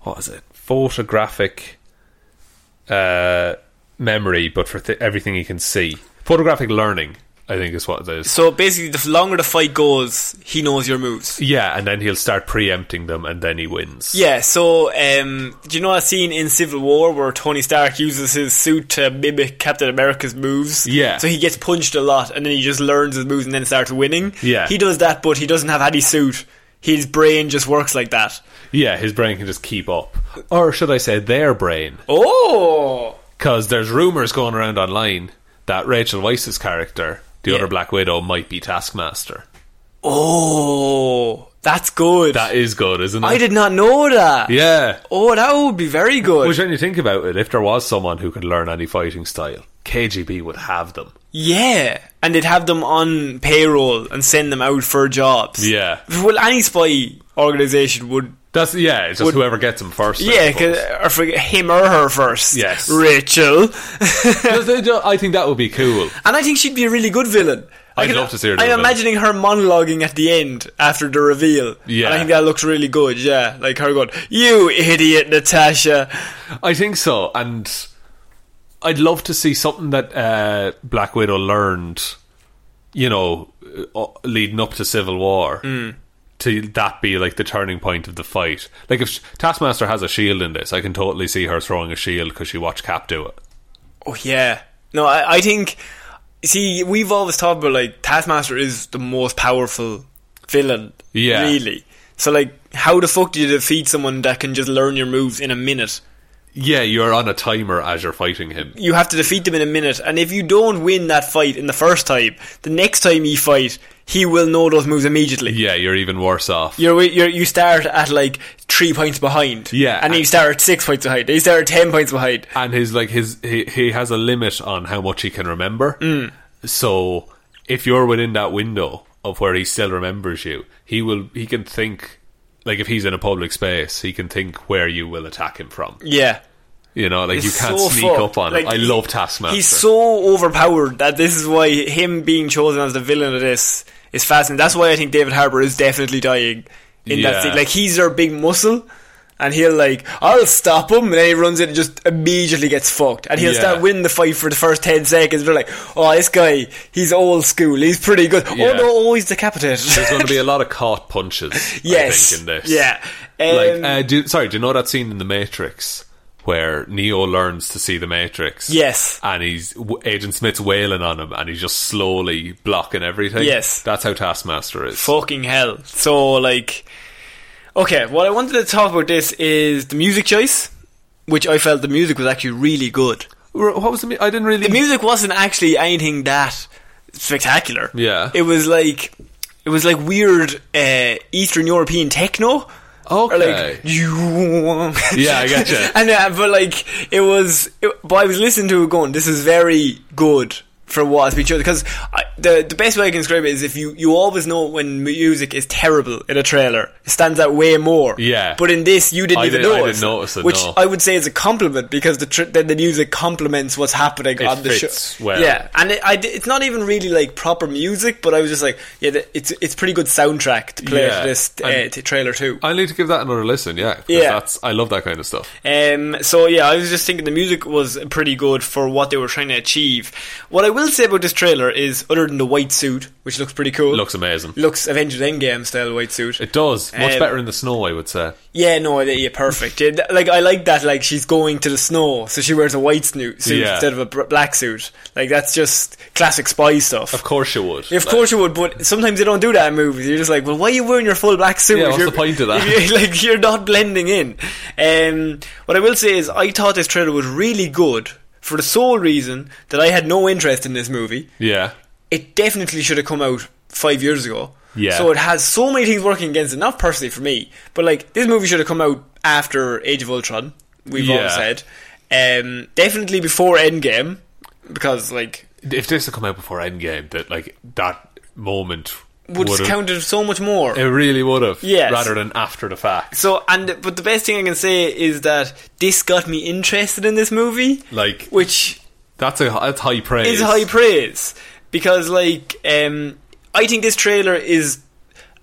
[SPEAKER 2] what was it? Photographic uh, memory, but for th- everything you can see. Photographic learning, I think, is what it is.
[SPEAKER 1] So basically, the longer the fight goes, he knows your moves.
[SPEAKER 2] yeah, and then he'll start preempting them, and then he wins.
[SPEAKER 1] Yeah, so um, do you know that scene in Civil War where Tony Stark uses his suit to mimic Captain America's moves?
[SPEAKER 2] Yeah.
[SPEAKER 1] So he gets punched a lot and then he just learns his moves and then starts winning?
[SPEAKER 2] Yeah.
[SPEAKER 1] He does that, but he doesn't have any suit. His brain just works like that.
[SPEAKER 2] yeah, his brain can just keep up, or should I say, their brain.
[SPEAKER 1] Oh!
[SPEAKER 2] Because there's rumours going around online that Rachel Weisz's character, the
[SPEAKER 1] Yeah.
[SPEAKER 2] other Black Widow, might be Taskmaster.
[SPEAKER 1] Oh! That's good.
[SPEAKER 2] That is good, isn't it?
[SPEAKER 1] I did not know that.
[SPEAKER 2] Yeah.
[SPEAKER 1] Oh, that would be very good.
[SPEAKER 2] Which, when you think about it, if there was someone who could learn any fighting style, KGB would have them.
[SPEAKER 1] yeah. And they'd have them on payroll and send them out for jobs.
[SPEAKER 2] Yeah.
[SPEAKER 1] Well, any spy organization would
[SPEAKER 2] That's yeah. It's just
[SPEAKER 1] Would-
[SPEAKER 2] whoever gets them first. I
[SPEAKER 1] Yeah,
[SPEAKER 2] suppose.
[SPEAKER 1] cause, or for him or her first.
[SPEAKER 2] Yes.
[SPEAKER 1] Rachel.
[SPEAKER 2] 'Cause they don't- I think that would be cool.
[SPEAKER 1] And I think she'd be a really good villain. I
[SPEAKER 2] I'd
[SPEAKER 1] can-
[SPEAKER 2] love to see her do a
[SPEAKER 1] I'm
[SPEAKER 2] villain.
[SPEAKER 1] imagining her monologuing at the end after the reveal.
[SPEAKER 2] Yeah.
[SPEAKER 1] And I think that looks really good, yeah. Like her going, You idiot, Natasha.
[SPEAKER 2] I think so, and I'd love to see something that uh, Black Widow learned. You know, uh, leading up to Civil War. To that be like the turning point of the fight. Like if Taskmaster has a shield in this, I can totally see her throwing a shield because she watched Cap do it.
[SPEAKER 1] Oh, yeah. No, I, I think. See, we've always talked about, like, Taskmaster is the most powerful villain.
[SPEAKER 2] Yeah.
[SPEAKER 1] Really. So, like, how the fuck do you defeat someone that can just learn your moves in a minute?
[SPEAKER 2] Yeah, you're on a timer as you're fighting him.
[SPEAKER 1] you have to defeat them in a minute. And if you don't win that fight in the first time, the next time you fight, he will know those moves immediately.
[SPEAKER 2] Yeah, you're even worse off.
[SPEAKER 1] You're, you're, you start at like three points behind.
[SPEAKER 2] Yeah,
[SPEAKER 1] And then you
[SPEAKER 2] and-
[SPEAKER 1] start at six points behind. Then you start at ten points behind.
[SPEAKER 2] and his like his he, he has a limit on how much he can remember.
[SPEAKER 1] Mm.
[SPEAKER 2] So if you're within that window of where he still remembers you, he will he can think like if he's in a public space, he can think where you will attack him from.
[SPEAKER 1] Yeah.
[SPEAKER 2] You know, like you
[SPEAKER 1] It's
[SPEAKER 2] can't
[SPEAKER 1] so
[SPEAKER 2] sneak
[SPEAKER 1] fucked.
[SPEAKER 2] up on him.
[SPEAKER 1] Like,
[SPEAKER 2] I love Taskmaster.
[SPEAKER 1] He's so overpowered that this is why him being chosen as the villain of this is fascinating. That's why I think David Harbour is definitely dying in that
[SPEAKER 2] Yeah.
[SPEAKER 1] scene. Like he's their big muscle. And he'll like, I'll stop him, and then he runs in and just immediately gets fucked. And he'll
[SPEAKER 2] Yeah.
[SPEAKER 1] start winning the fight for the first ten seconds. They're like, oh, this guy, he's old school, he's pretty good.
[SPEAKER 2] Yeah.
[SPEAKER 1] Oh no, oh, he's decapitated.
[SPEAKER 2] There's going to be a lot of caught punches.
[SPEAKER 1] yes,
[SPEAKER 2] I think, in this.
[SPEAKER 1] yeah. Um,
[SPEAKER 2] Like, uh, do, sorry, do you know that scene in The Matrix where Neo learns to see The Matrix?
[SPEAKER 1] Yes.
[SPEAKER 2] And he's w- Agent Smith's wailing on him, and he's just slowly blocking everything.
[SPEAKER 1] Yes.
[SPEAKER 2] that's how Taskmaster is.
[SPEAKER 1] Fucking hell. So, like, okay, what I wanted to talk about this is the music choice, which I felt the music was actually really good.
[SPEAKER 2] R- What was the? mu- I didn't really.
[SPEAKER 1] The music wasn't actually anything that spectacular.
[SPEAKER 2] Yeah.
[SPEAKER 1] It was like, it was like weird uh, Eastern European techno. Or
[SPEAKER 2] okay.
[SPEAKER 1] like you,
[SPEAKER 2] Yeah, I getcha.
[SPEAKER 1] and uh, but like it was, it, but I was listening to it going, this is very good for what it's been chosen because the the best way I can describe it is if you you always know when music is terrible in a trailer, it stands out way more.
[SPEAKER 2] Yeah.
[SPEAKER 1] but in this you didn't
[SPEAKER 2] I
[SPEAKER 1] even
[SPEAKER 2] didn't- I
[SPEAKER 1] notice,
[SPEAKER 2] didn't notice it,
[SPEAKER 1] which
[SPEAKER 2] no.
[SPEAKER 1] I would say is a compliment because the tr- then the music complements what's happening
[SPEAKER 2] It
[SPEAKER 1] on the
[SPEAKER 2] fits
[SPEAKER 1] show.
[SPEAKER 2] well.
[SPEAKER 1] Yeah, and it, I, di- it's not even really like proper music, but I was just like, yeah, the, it's it's pretty good soundtrack to play
[SPEAKER 2] Yeah,
[SPEAKER 1] to this uh,
[SPEAKER 2] and-
[SPEAKER 1] t- trailer too.
[SPEAKER 2] I need to give that another listen. Yeah, 'cause
[SPEAKER 1] Yeah.
[SPEAKER 2] That's, I love that kind of stuff.
[SPEAKER 1] Um, so yeah, I was just thinking the music was pretty good for what they were trying to achieve. What I will say about this trailer is, other than the white suit, which looks pretty cool,
[SPEAKER 2] Looks amazing.
[SPEAKER 1] looks Avengers Endgame style white suit.
[SPEAKER 2] It does much
[SPEAKER 1] Um,
[SPEAKER 2] better in the snow. I would say.
[SPEAKER 1] yeah, no, yeah, yeah, perfect. Yeah, th- like I like that. Like she's going to the snow, so she wears a white snoot suit
[SPEAKER 2] Yeah.
[SPEAKER 1] instead of a br- black suit. Like that's just classic spy stuff.
[SPEAKER 2] Of course you would.
[SPEAKER 1] Of course you would, but sometimes they don't do that in movies. You're just like, well, why are you wearing your full black suit?
[SPEAKER 2] Yeah,
[SPEAKER 1] if
[SPEAKER 2] what's
[SPEAKER 1] you're-
[SPEAKER 2] the point of that?
[SPEAKER 1] if you're- like, you're not blending in. Um, what I will say is, I thought this trailer was really good for the sole reason that I had no interest in this movie.
[SPEAKER 2] Yeah.
[SPEAKER 1] It definitely should have come out five years ago.
[SPEAKER 2] Yeah.
[SPEAKER 1] So it has so many things working against it. Not personally for me, but like this movie should have come out after Age of Ultron. We've all
[SPEAKER 2] Yeah.
[SPEAKER 1] said, um, definitely before Endgame, because like
[SPEAKER 2] If this had come out before Endgame, that like that moment
[SPEAKER 1] would have
[SPEAKER 2] would've-
[SPEAKER 1] counted so much more.
[SPEAKER 2] It really would have.
[SPEAKER 1] Yes.
[SPEAKER 2] Rather than after the fact.
[SPEAKER 1] So and but the best thing I can say is that this got me interested in this movie,
[SPEAKER 2] Like
[SPEAKER 1] which
[SPEAKER 2] that's a that's high praise.
[SPEAKER 1] is high praise because like um, I think this trailer is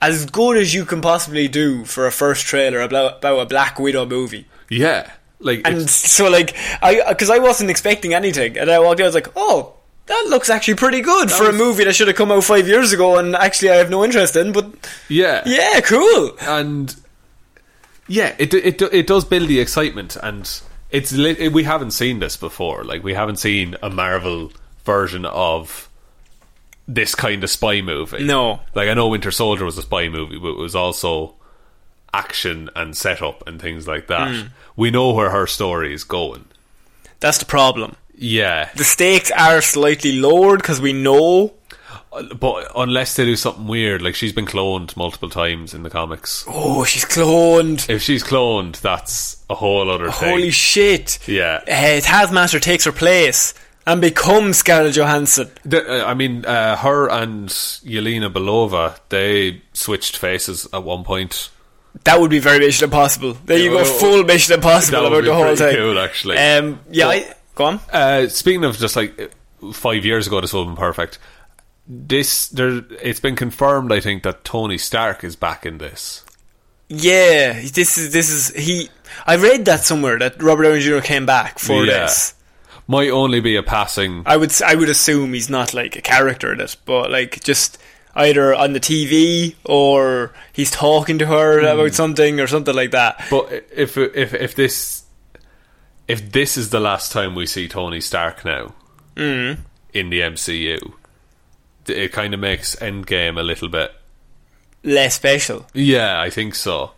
[SPEAKER 1] as good as you can possibly do for a first trailer about, about a Black Widow movie.
[SPEAKER 2] Yeah. Like
[SPEAKER 1] And
[SPEAKER 2] it's-
[SPEAKER 1] so, like, I because I wasn't expecting anything, and I walked out. I was like, "Oh, that looks actually pretty good for a movie that should have come out five years ago." And actually, I have no interest in. But
[SPEAKER 2] yeah.
[SPEAKER 1] yeah, cool.
[SPEAKER 2] and yeah, it it it does build the excitement, and it's lit, it, we haven't seen this before. Like we haven't seen a Marvel version of this kind of spy movie.
[SPEAKER 1] No.
[SPEAKER 2] like I know Winter Soldier was a spy movie, but it was also action and setup and things like that.
[SPEAKER 1] Hmm.
[SPEAKER 2] We know where her story is going.
[SPEAKER 1] That's the problem.
[SPEAKER 2] Yeah,
[SPEAKER 1] The stakes are slightly lowered because we know.
[SPEAKER 2] but unless they do something weird, like she's been cloned multiple times in the comics.
[SPEAKER 1] Oh, she's cloned.
[SPEAKER 2] If she's cloned, that's a whole other thing.
[SPEAKER 1] Holy shit!
[SPEAKER 2] Yeah.
[SPEAKER 1] uh, Taskmaster takes her place and becomes Scarlett Johansson.
[SPEAKER 2] The, uh, I mean, uh, her and Yelena Belova, they switched faces at one point.
[SPEAKER 1] That would be very Mission Impossible. There you go,
[SPEAKER 2] Yeah, well,
[SPEAKER 1] full Mission Impossible
[SPEAKER 2] that would
[SPEAKER 1] about
[SPEAKER 2] be
[SPEAKER 1] the whole
[SPEAKER 2] pretty
[SPEAKER 1] thing.
[SPEAKER 2] cool, actually.
[SPEAKER 1] Um, yeah, I, go on.
[SPEAKER 2] Uh, speaking of just like five years ago, this would have been perfect. This, there, it's been confirmed, I think, that Tony Stark is back in this.
[SPEAKER 1] Yeah, this is this is he. I read that somewhere that Robert Downey Jr. came back for
[SPEAKER 2] Yeah.
[SPEAKER 1] this.
[SPEAKER 2] Might only be a passing.
[SPEAKER 1] I would s- I would assume he's not like a character in it, but like just either on the TV or he's talking to her
[SPEAKER 2] Hmm.
[SPEAKER 1] about something or something like that.
[SPEAKER 2] But if if if this if this is the last time we see Tony Stark now in the MCU, it kind of makes Endgame a little bit
[SPEAKER 1] Less special.
[SPEAKER 2] Yeah, I think so.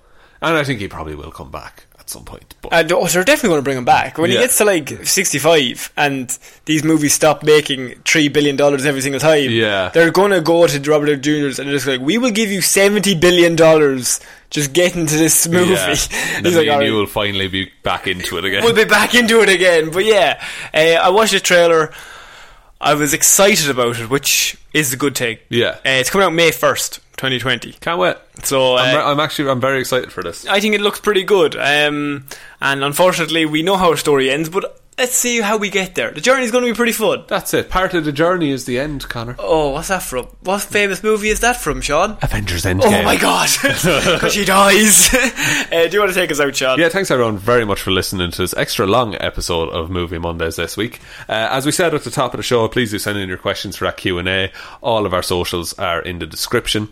[SPEAKER 2] And I think he probably will come back at some point. But
[SPEAKER 1] And oh, they're definitely going to bring him back when
[SPEAKER 2] Yeah.
[SPEAKER 1] he gets to like sixty-five, and these movies stop making three billion dollars every single time.
[SPEAKER 2] Yeah.
[SPEAKER 1] they're going to go to Robert Downey Jr.'s and they're just like, "We will give you seventy billion dollars just get into this movie."
[SPEAKER 2] yeah, then
[SPEAKER 1] He's like,
[SPEAKER 2] you,
[SPEAKER 1] "All right."
[SPEAKER 2] will finally be back into it again.
[SPEAKER 1] we'll be back into it again. But yeah, uh, I watched the trailer. I was excited about it, which is a good thing.
[SPEAKER 2] Yeah.
[SPEAKER 1] uh, it's coming out May first, twenty twenty.
[SPEAKER 2] Can't wait.
[SPEAKER 1] So uh,
[SPEAKER 2] I'm, I'm actually I'm very excited for this.
[SPEAKER 1] I think it looks pretty good. Um, and unfortunately, we know how our story ends, but let's see how we get there. The journey's going to be pretty fun.
[SPEAKER 2] That's it. Part of the journey is the end, Connor.
[SPEAKER 1] Oh, what's that from? What famous movie is that from, Sean?
[SPEAKER 2] Avengers Endgame.
[SPEAKER 1] Oh my god! Because she dies. uh, do you want to take us out, Sean?
[SPEAKER 2] Yeah, thanks everyone very much for listening to this extra long episode of Movie Mondays this week. Uh, as we said at the top of the show, please do send in your questions for that Q and A. All of our socials are in the description.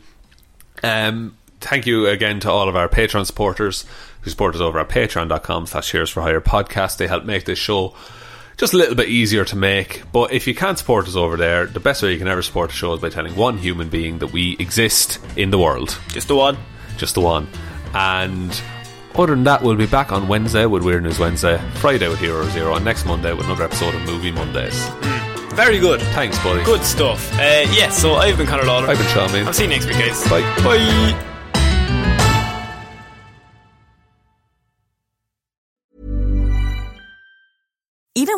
[SPEAKER 2] Um, thank you again to all of our Patreon supporters who support us over at patreon.com slash heroes for hire podcast. They help make this show just a little bit easier to make. But if you can't support us over there, the best way you can ever support the show is by telling one human being that we exist in the world
[SPEAKER 1] Just the one.
[SPEAKER 2] just the one. And other than that, we'll be back on Wednesday with Weird News Wednesday, Friday with Hero Zero, and next Monday with another episode of Movie Mondays.
[SPEAKER 1] Very good.
[SPEAKER 2] Thanks, buddy.
[SPEAKER 1] Good stuff. Uh, yeah, so I've been Conor Lawler.
[SPEAKER 2] I've been Sean Mean.
[SPEAKER 1] I'll see you next week, guys.
[SPEAKER 2] Bye.
[SPEAKER 1] Bye.
[SPEAKER 5] Even